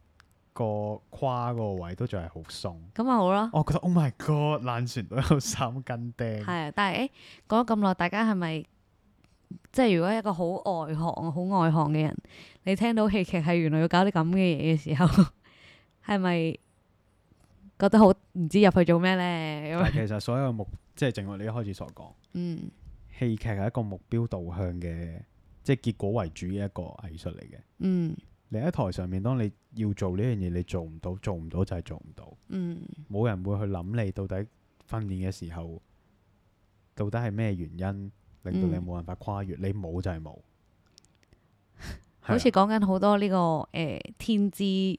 個胯嗰個位都仲係好鬆。咁咪好咯。我覺得 Oh my God，爛船都有三斤釘，係啊，但係誒講咗咁耐，大家係咪即係如果一個好外行、好外行嘅人，你聽到戲劇係原來要搞啲咁嘅嘢嘅時候， 係咪覺得好唔知入去做咩咧？咁但樣係其實所有目，即係正如你一開始所講，嗯戲劇係一個目標導向嘅，即係結果為主嘅一個藝術嚟嘅。嗯你喺台上面，當你要做呢樣嘢，你做唔到，做唔到就係做唔到，嗯冇人會去諗你到底訓練嘅時候，到底係咩原因令到你嗯冇辦法跨越？你冇就係冇，啊好似係講緊好多呢、個誒、呃天資，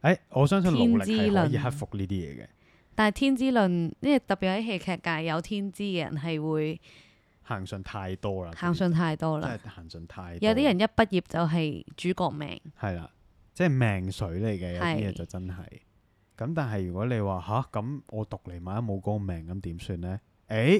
啊誒，我相信努力天係之可以輪克服呢啲嘢嘅，但係天資論，因為特別喺戲劇界有天資嘅人係會行順太多啦，孝順太多真啦。係行順太多，有啲人一畢業就係主角命，係啦，即係命水嚟嘅，有啲嘢係就真係。咁但係如果你話吓咁，我讀嚟萬一冇嗰個命，咁點算呢？誒，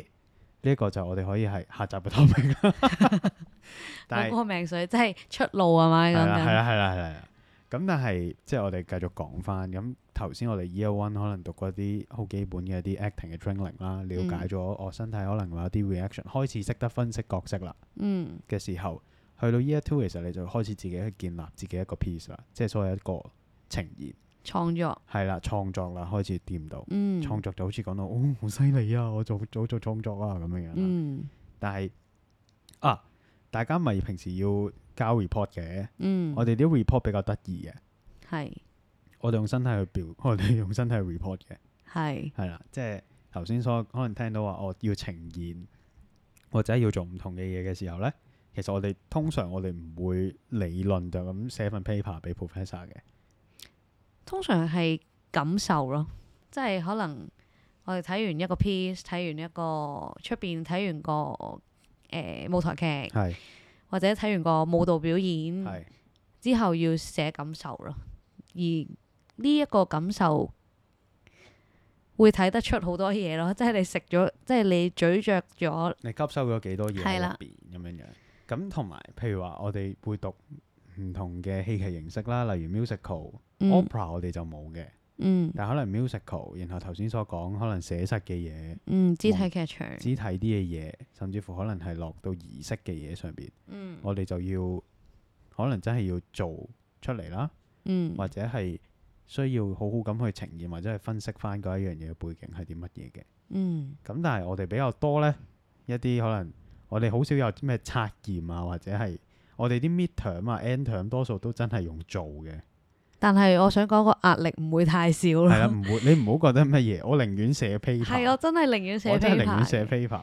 呢、一個就我哋可以係下集嘅 topic 啦。 但冇係個命水，即係出路啊嘛係咁啦，係樣。啦，係啦，係啦。咁但係即係我哋繼續講翻。咁頭先我哋 Year One 可能讀過啲好基本嘅啲 acting 嘅 training 啦，了嗯解咗我身體可能會有啲 reaction，開始識得分析角色啦。嗯嘅時候，去到 Year Two 其實你就開始自己去建立自己一個 piece 啦，即係所謂一個呈現創作。係啦，創作啦，開始掂到、嗯，創作就好似講到哦好犀利啊，我做早做創作啊咁樣樣啦。嗯但係啊，大家咪平時要交 report 嘅，嗯，我哋啲 report 比較得意嘅，係我哋用身體去表， 我哋用身體去 report 嘅，係係啦，即係頭先所可能聽到話我要呈現或者要做唔同嘅嘢嘅時候咧，其實我哋通常我哋唔會理論就咁寫份 paper 俾 professor 嘅，通常係感受咯，即係可能我哋睇完一個 piece，睇完一個出邊睇完個誒、呃舞台劇，係或者睇完個舞蹈表演係之後要寫感受咯，而呢一個感受。會睇得出好多嘢咯，即係你食咗，即係你咀嚼咗，你吸收咗幾多嘢喺係入啦邊咁樣樣。咁同埋譬如話我哋會讀唔同嘅戲劇形式啦，例如 musical、嗯 opera 我哋就冇嘅，嗯但可能 musical，然後頭先所講可能寫實嘅嘢。嗯，肢體劇場，肢體啲嘅嘢，甚至乎可能係落到儀式嘅嘢上邊，嗯我哋就要可能真係要做出嚟啦，嗯或者係需要好好咁去呈現，或者係分析翻嗰一樣嘢嘅背景係啲乜嘢嘅。嗯咁但係我哋比較多呢，一啲可能我哋好少有咩測驗啊，或者係我哋啲 midterm 啊、end term 多數都真係用做 嘅，但係我想講個壓力唔會太少咯。係啦，唔會你唔好覺得乜嘢，我寧願寫 paper， 係我真係寧願寫我真係 paper 寧願寫 paper。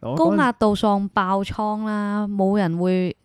我高嗰陣壓度喪爆倉啦，冇人會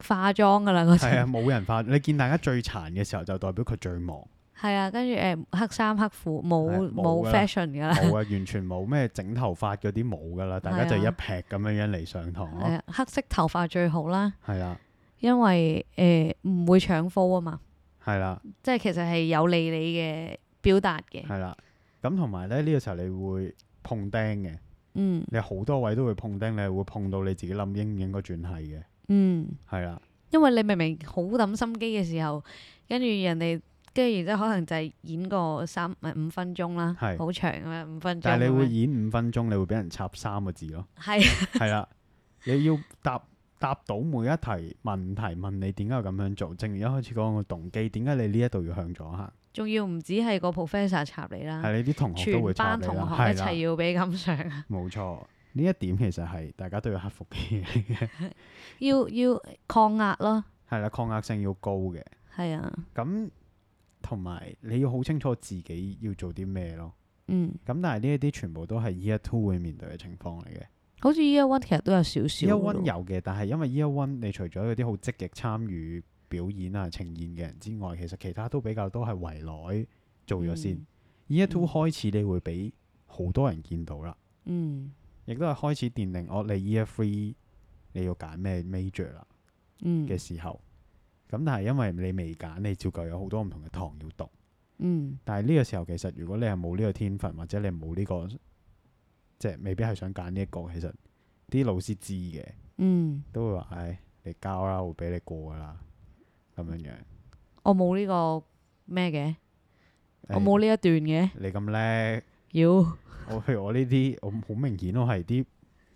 化妝噶啦嗰係啊， 陣。冇人化。你見大家最殘嘅時候，就代表佢最忙，係啊，跟住誒黑衫黑褲係冇冇㗎冇啦 fashion 噶啦。冇啊，完全冇咩整頭髮嗰啲冇噶啦，大家就一劈咁樣樣嚟上堂咯，係啊，黑色頭髮最好啦，係啦，因為誒唔、會搶科啊嘛，係啦，即係其實係有利你嘅表達嘅。係啦。咁同埋咧，呢個時候你會碰釘嘅，嗯你好多位都會碰釘，你係會碰到你自己諗應唔應該轉係嘅，嗯係啦。因為你明明好抌心機嘅時候，跟住人哋，跟住然之後可能就係演個三唔係五分鐘啦，係好長咁樣五分鐘咁樣。啊但係你會演五分鐘，你會俾人插三個字咯，係係啦，你要答答到每一題問題，問你點解要咁樣做，正如一開始講個動機，點解你呢一度要向左行，仲要唔止係個 professor 插你啦，係你啲同學都全會插班你同啦，學一係齊啦，要俾咁上。啊冇錯，呢一點其實係大家都要克服嘅嘢嚟嘅，要要抗壓咯，係啦，抗壓性要高嘅，係啊，咁同埋你要好清楚自己要做啲咩咯。嗯，咁但係呢一啲全部都係 Year Two 會面對嘅情況嚟嘅。好似 Year One 其實都有少少 Year 嘅 One 咯，有嘅，但係因為 Year One 你除咗有啲好積極參與表演啊、呈現嘅人之外，其實其他都比較多係圍內做咗先。嗯 Year Two 開始你會俾好多人見到啦，嗯亦都係開始奠定我你 Year Three 你要揀咩 major 啦嘅嗯時候。咁但係因為你未揀，你照舊有好多唔同嘅堂要讀。嗯但係呢個時候其實如果你係冇呢個天分，或者你冇呢、個即係未必係想揀呢一個，其實啲老師知嘅嗯，都會話：唉，你交啦，會俾你過噶啦，咁樣樣。我冇呢個咩嘅，我唉冇呢一段嘅，你咁叻，要我 譬如我呢啲，我好明顯我係啲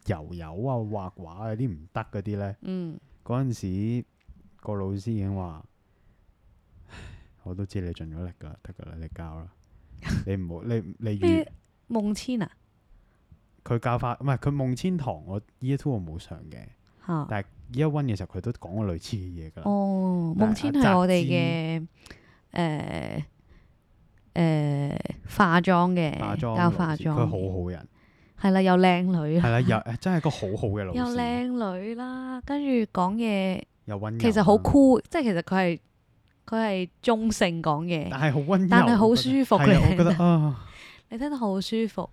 油油啊、畫畫啊啲唔得嗰啲呢。嗯嗰陣時個老師已經話：唉我都知你盡咗力噶，得噶啦，你交 啦，你唔好你你預咩夢千啊佢教法唔係佢夢千堂，我 Year Two 我冇上嘅。嚇，但係 Year One 嘅時候，佢都講過類似嘅嘢㗎啦。哦，但係夢千阿澤係我哋嘅誒誒呃化妝嘅化妝教老化師妝佢嘅，好好人，係啦，又靚女啦，係啦， 又真係個好好嘅老又師，啊靚女啦，跟住講嘢。又温柔。其實好，cool，即係其實佢係佢係中性講嘢，但係好温柔，但係好我覺得舒服係啊嘅我覺得啊，你聽得好舒服。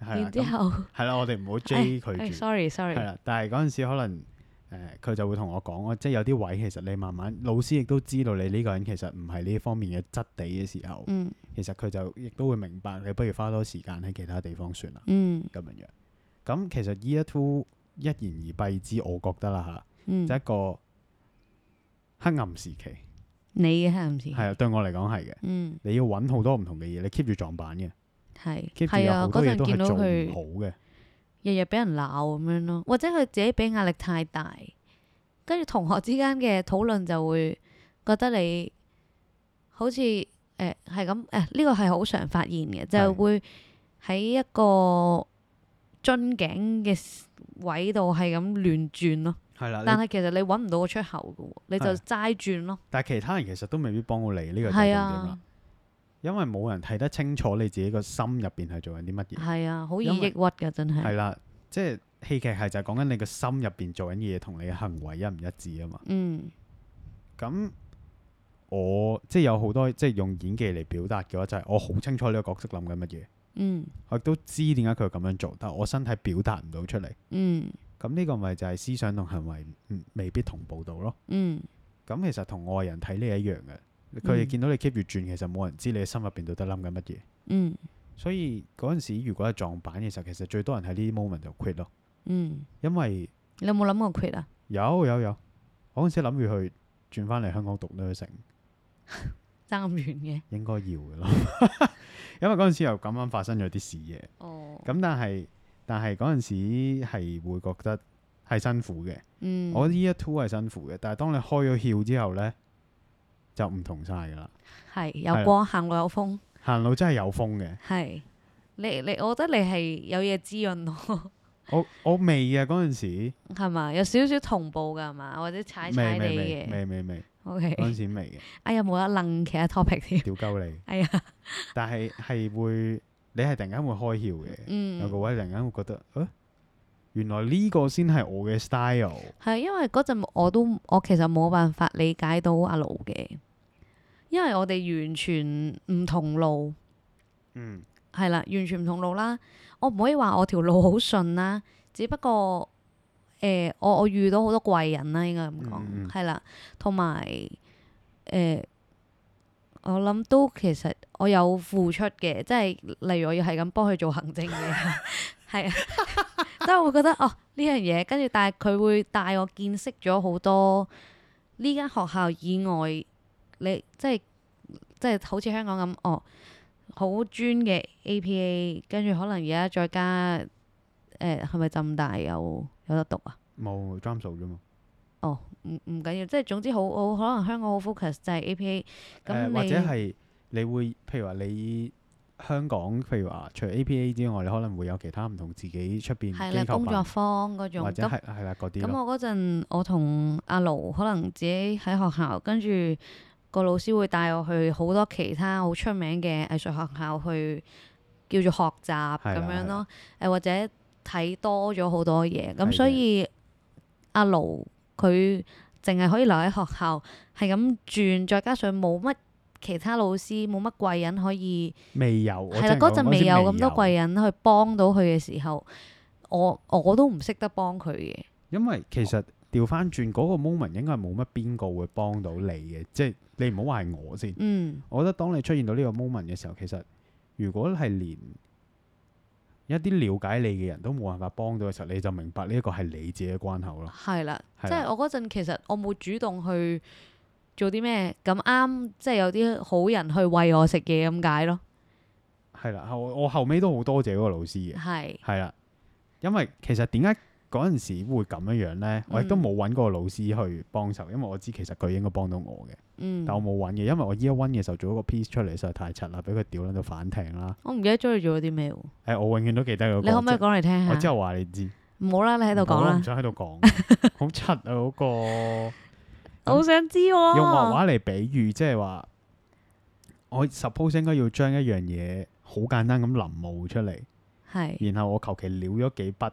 係啦然之咁後，係啦，我哋唔好 J 佢哎住， sorry 係 sorry，啦。但係嗰陣時可能誒，佢就會同我講，我即係有啲位其實你慢慢老師亦都知道你呢個人其實唔係呢方面嘅質地嘅時候，嗯其實佢就亦都會明白你不如花多時間喺其他地方算啦。嗯咁樣樣。咁其實 Year Two 一言而蔽之，我覺得啦嚇，嗯就，一個黑暗時期，你嘅係唔是？係啊，對我嚟講係嘅。嗯你要揾好多唔同嘅嘢，你 keep 住撞板嘅係，keep 住有係啊，好嗰多嘢陣都係見到做唔佢好嘅，日日俾人鬧咁樣咯，或者佢自己俾壓力太大，跟住同學之間嘅討論就會覺得你好似誒係咁誒呢個係好常發現嘅，就係會喺一個樽頸嘅 s- 位度係咁亂轉咯。係啦。但啊你係其實你揾唔到個出口嘅喎，你就係齋轉咯。但係其他人其實都未必幫到你呢個就係重係點啊啦，，因為冇人睇得清楚你自己個心入邊係做緊啲乜嘢，係啊，好易因為抑鬱㗎，真係係。啦，即係戲劇係就係講緊你個心入邊做緊嘅嘢同你嘅行為一唔一致啊嘛。嗯咁我即係有好多即係用演技嚟表達嘅話，就係、我好清楚呢個角色諗緊乜嘢，嗯我亦都知點解佢咁樣做，但我身體表達唔到出嚟。嗯咁呢個咪就係思想同行為唔未必同步到咯。嗯咁其實同外人睇呢一樣嘅，佢哋嗯見到你 keep 住轉，其實冇人知你心入邊到底諗緊乜嘢。嗯所以嗰陣時如果係撞板嘅時候，其實最多人喺呢啲 moment 就 quit 咯，嗯，因為你有冇諗過 quit 啊？有有有，我嗰陣時諗住去轉翻嚟香港讀 nursing。爭咁遠嘅。應該要嘅咯， 因為嗰陣時又咁啱發生咗啲事嘅，哦，咁但係但係嗰陣時係會覺得係辛苦嘅，嗯，我呢一 two 係辛苦嘅，但係當你開咗竅之後呢，就唔同晒㗎啦，係係有啊光行路有風，行路真係有風嘅，係你你，我覺得你係有嘢滋潤咯，我我未嘅嗰陣時， 係嘛？有少少同步㗎係嘛？或者踩踩未未地未嘅未未未嗰陣，OK。時未嘅，哎呀，冇得楞其他 topic 添。屌鳩 你，哎呀，但係係會你係突然間會開竅嘅，有個嗯，位突然間會覺得，啊原來呢個先係我嘅 style。係因為嗰陣我都我其實冇辦法理解到阿盧嘅，因為我哋完全唔同路。嗯，係啦，完全唔同路啦。我唔可以話我條路好順啦，只不過誒、呃我我遇到好多貴人啦，應該咁嗯嗯講係啦，同埋誒，我諗都其實我有付出嘅，即係例如我要係咁幫佢做行政嘅， 係啊，即係我會覺得哦呢樣嘢，跟住但係佢會帶我見識咗好多呢間學校以外，你即係即係好似香港咁，哦，好專嘅 APA，跟住可能而家再加誒係咪浸大有有得讀啊？冇 drum 數啫嘛。哦，唔唔緊要，即係總之好好可能香港好 focus 就係誒、APA，咁你或者係你會，譬如話你香港，譬如話除 APA 之外，你可能會有其他唔同自己出邊係機啦構工作辦，坊嗰種或者咁。係係啦嗰啲咁咯。我嗰陣，我同阿盧可能自己喺學校，跟住個老師會帶我去好多其他好出名嘅藝術學校去叫做學習係咁啦樣係咯啦，誒或者睇多咗好多係嘢，咁嘅所以阿盧佢淨係可以留喺學校，係咁轉，再加上冇乜其他老師，冇乜貴人可以。未有，我係啦，真係嗰講陣嗰未時有咁多貴人去幫到佢嘅時候，我我都唔識得幫佢嘅。因為其實調翻轉嗰個 moment 應該係冇乜邊個會幫到你嘅，即係你唔好話係我先。嗯，我覺得當你出現到呢個 moment 嘅時候，其實如果係連一啲了解你嘅人都冇辦法幫到嘅時候，你就明白呢一個係你自己嘅關口咯。係啦，係即係啦我嗰陣其實我冇主動去做啲咩，咁啱即係有啲好人去餵我食嘢咁解咯。係啦，我我後尾都好多謝嗰個老師嘅。係，係啦，因為其實點解嗰陣時會咁樣樣呢？我亦都嗯冇揾嗰個老師去幫手，因為我知其實佢應該幫到我嘅，嗯但，我冇揾嘅，因為我 year one 嘅時候做咗個 piece 出嚟，實在太柒啦，俾佢屌撚到反艇啦。我唔記得咗你做咗啲咩喎，誒、我永遠都記得嗰、你個。可唔可以即係講嚟聽我之下？後話你知。唔好啦，你喺度講我都啦哦唔，想喺度 講，好柒啊嗰個。我好想知用畫喎。畫嚟比喻，即係話我 suppose 應該要將一樣嘢好簡單咁臨摹出嚟，係，然後我求其撩咗幾筆，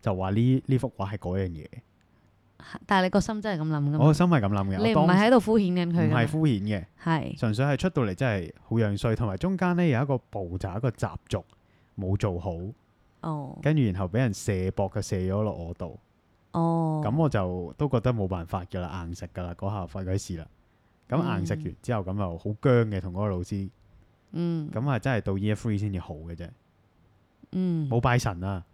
就話呢呢幅畫係嗰樣嘢。但係你個心真係咁諗噶我嘛個？心係咁諗嘅，嗯你唔我當係時喺度敷衍緊佢唔係㗎嘛，敷衍嘅，係純粹係出到嚟真係好樣衰，同埋中間呢有一個步驟一個習俗冇做好，哦跟住然後俾人射博嘅射咗落我度，哦，咁我就都覺得冇辦法㗎啦，硬食㗎啦，嗰下費鬼事啦。咁嗯硬食完之後咁啊又好僵嘅，同嗰個老師，嗯咁啊真係到 year three 先至好嘅啫，嗯冇拜神啊！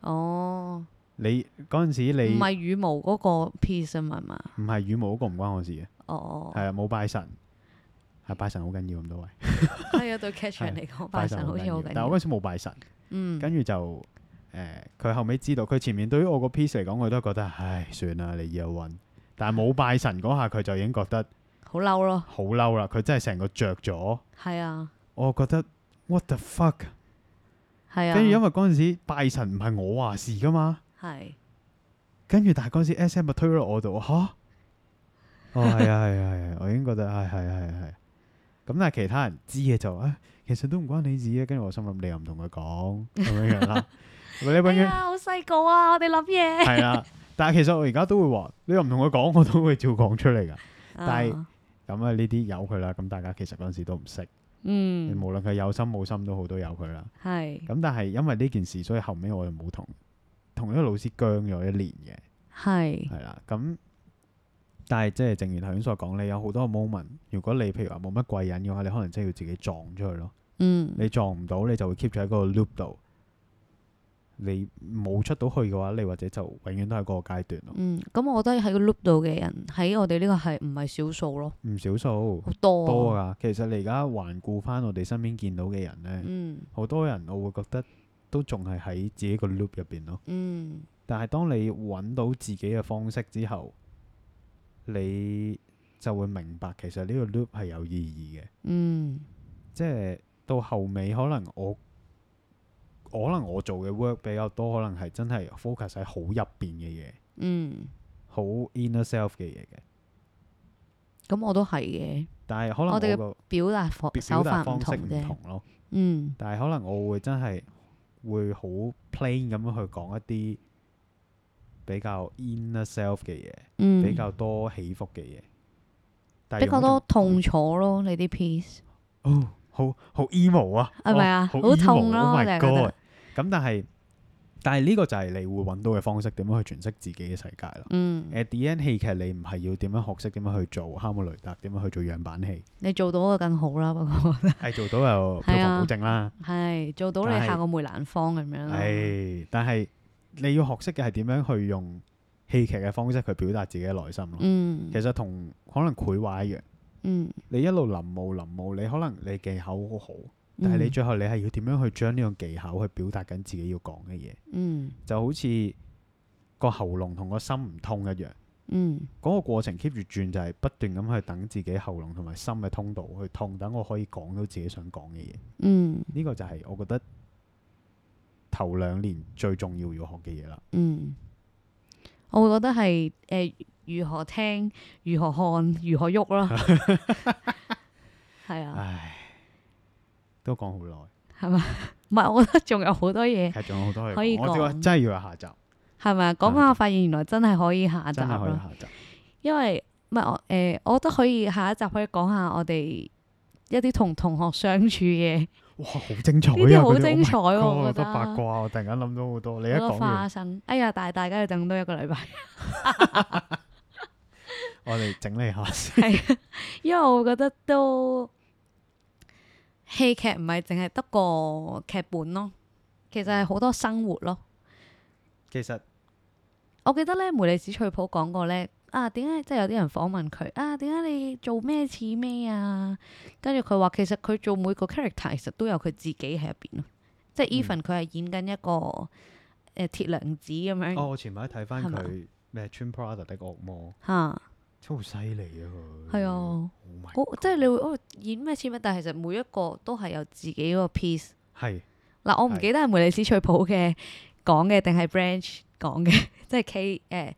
哦。你嗰陣時你唔係羽毛嗰個 piece 啊嘛係嘛，唔係羽毛嗰個唔關我事嘅，哦，係啊冇拜神，係拜神好緊要咁多位，係啊，對 catch 人嚟講，拜神好緊似好要緊但我要嗰，陣時冇拜神。嗯，跟住就誒，呃佢、後尾知道，佢前面對於我個 piece 嚟講，佢都覺得唉，算啦，你要運。但係冇拜神嗰下，佢就已經覺得好嬲咯，好嬲啦，佢真係成個着咗。係啊，我覺得 what the fuck？係啊，跟住因為嗰陣時拜神唔係我話事噶嘛，係跟住但係嗰陣時 S M 咪推落我度嚇，哦係啊係啊係啊，我已經覺得唉係啊係啊係啊。咁但係其他人知嘅就啊，其實都唔關你事啊。跟住我心諗你又唔同佢講咁樣樣 啦，你永哎遠。呀，好細個啊，我哋諗嘢， 係啦，但係其實我而家都會話，你又唔同佢講，我都會照講出嚟噶。 但係啊咁啊，呢啲由佢啦。咁大家其實嗰陣時都唔識，嗯，無論佢有心冇心都好，都由佢啦。係咁但係因為呢件事，所以後尾我就冇同同一個老師僵咗一年嘅，係係啦。咁但係即係正如頭先所講，你有好多個 moment，如果你譬如話冇乜貴人嘅話，你可能真係要自己撞出去咯。嗯你撞唔到，你就會 keep 住喺嗰個 loop 度。你冇出到去嘅話，你或者就永遠都喺嗰個階段咯，嗯，咁我覺得喺個 loop 度嘅人喺我哋呢個係唔係少數咯，唔少數。好多多啊，噶。其實你而家環顧翻我哋身邊見到嘅人呢，嗯好、多人我會覺得都仲係喺自己個 loop 入邊咯。嗯但係當你揾到自己嘅方式之後，你就會明白其實呢個 loop 係有意義嘅。嗯即係到後尾可能我。可能我做嘅 work 比較多，可能係真係 focus 喺好入邊嘅嘢，嗯，好 inner self 嘅嘢嘅。咁我都係嘅，但係可能我哋嘅我表達方個手表達法唔方式同唔啫同，咯。嗯但係可能我會真係會好 plain 咁樣去講一啲比較 inner self 嘅嘢，嗯，比較多起伏嘅嘢。但係比用較一多種痛楚咯，你啲 piece 哦，好好 emo 啊，係咪啊哦好痛 emo，咯 oh 我 my 就係覺得 god 咁但係但係呢個就係你會揾到嘅方式，點樣去詮釋自己嘅世界咯。嗯。 at the end 戲劇你唔係要點樣學識點樣去做哈姆雷特，點樣去做樣板 戲，你做到就更好啦，不過 係做到又票係啊房保證啦。係做到但你係啊下個梅蘭芳咁樣啦。唉，但係你要學識嘅係點樣去用戲劇嘅方式去表達自己嘅內心咯。嗯其實同可能繪畫一樣，嗯，你一路臨摹臨摹，你可能你技巧好好，但嗯係你最後你係要點樣去將呢種技巧去表達緊自己要講嘅嘢，嗯就好似個喉嚨同個心唔通一樣。嗯嗰個過程 keep 住轉，就係不斷咁去等自己喉嚨同埋心嘅通道去痛，等我可以講到自己想講嘅嘢。嗯呢個就係我覺得頭兩年最重要要學嘅嘢啦。嗯，我會覺得係誒如何聽、如何看、如 何喐啦，係啊，唉，都講好係嘛？唔係，我覺得仲有好多嘢耐，其實仲有好多嘢可以講。我只話講真係要有下集，係咪啊？講講下發現原來真係可以下集真啊係可以有啦，下集。因為唔係我誒，我覺得可以下一集可以講下我哋。一啲同同學相處嘅哇，好精彩啊！呢啲嗰好 Oh my 精彩喎 God，我覺得好多八卦，我突然間諗到好多。你一好多講花完，生，哎呀！但係大家要等多一個禮拜，我哋整理下 先。因為我會覺得都戲劇唔係淨係得個劇本咯，其實係好多生活咯。其實我記得咧梅麗史翠普講過咧，啊點解即係有啲人訪問佢啊點解你做咩似咩啊？跟住佢話其實佢做每個 character 其實都有佢自己喺入邊咯，即係 even 佢係演緊一個誒、呃、鐵娘子咁樣嚇哦，我前排睇翻係嘛啊佢咩《穿 Prada 的惡魔》，真係好犀利啊！佢係啊 Oh my 我即係你會哦演咩似咩，但係其實每一個都係有自己嗰個 piece。 係嗱，我唔係記得係梅麗史翠普嘅講嘅，定係 Branch 講嘅， 即係 K 誒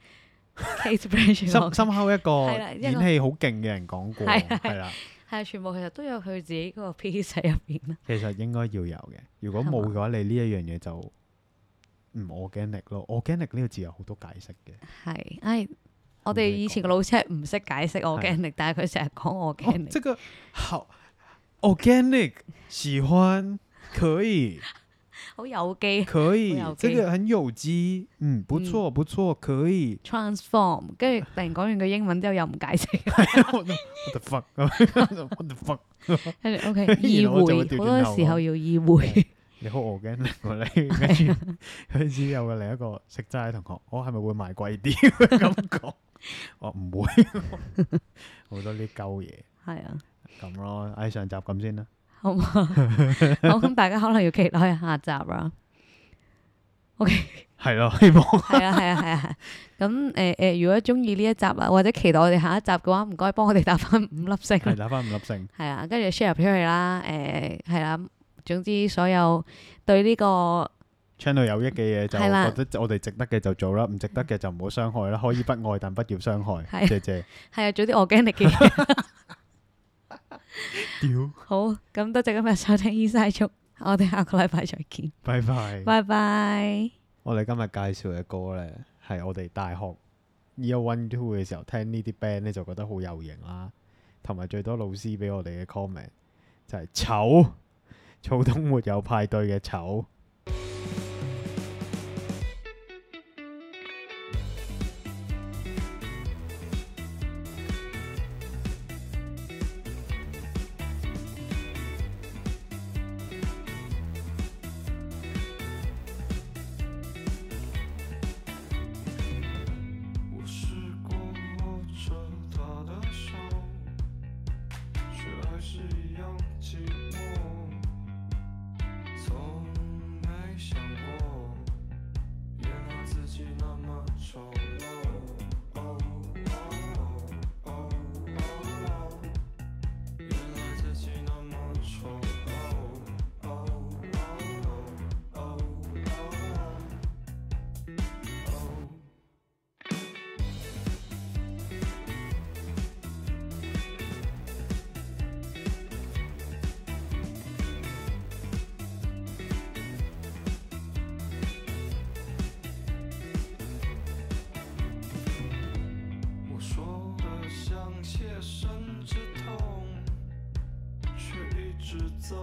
Kate Branch 深講嘅，深刻一個係啦一個演戲好勁嘅人講過， 係係係啦，係啊全部其實都有佢自己嗰個 piece 喺入邊啦。其實應該要有嘅。如果冇嘅話，你呢一樣嘢就唔 organic 咯。organic 呢個字有好多解釋嘅。 係，唉，我哋以前個老師係唔識解釋我 r 力， 但係佢成日講我 r 哦力，，這個好 organic，喜歡，可以，好有機可以 好有，這機個很有機，嗯，不錯，不錯，可以。 transform，跟住突然講完句英文之後又唔解 釋， What the what the fuck？What the fuck？跟 住 OK 意然後我就會會，調轉好多頭啊時候要意會，你好 organic 喎你，跟住佢只有另一個食齋嘅同學，我係咪會賣貴 啲咁講？我唔 會，好多呢鳩嘢係啊。咁咯。唉，上集咁先啦，好嘛？好 咁，大家可能要期待下集啊啦。係咯，希 望係啊，係啊，係啊。咁誒誒，如果中意呢一集啊，或者期待我哋下一集嘅話，唔該幫我哋打翻五粒星。係打翻五粒星。係啊，跟住 share 出去啦。誒係啦，總之所有對呢個 channel 有益嘅嘢就係啦覺得我哋值得嘅就做啦，唔值得嘅就唔好傷害啦。可以不愛但不要傷害，係謝謝。係啊，做啲 organic 嘅嘢。屌，好，咁多謝今日收聽 Inside Joke，我哋下個禮拜再見，拜拜。拜拜。我哋今日介紹嘅歌呢，係我哋大學 Year One Two 嘅時候聽呢啲 band 呢，就覺得好有型啦，同埋最多老師俾我哋嘅 comment 就係醜，草東沒有派對嘅醜。我试过握着她的手，却还是一样寂寞。从没想过，原来自己那么丑陋。哦哦哦哦哦，原来自己那么丑陋。哦哦哦哦哦。我说的像切身之痛，却一直在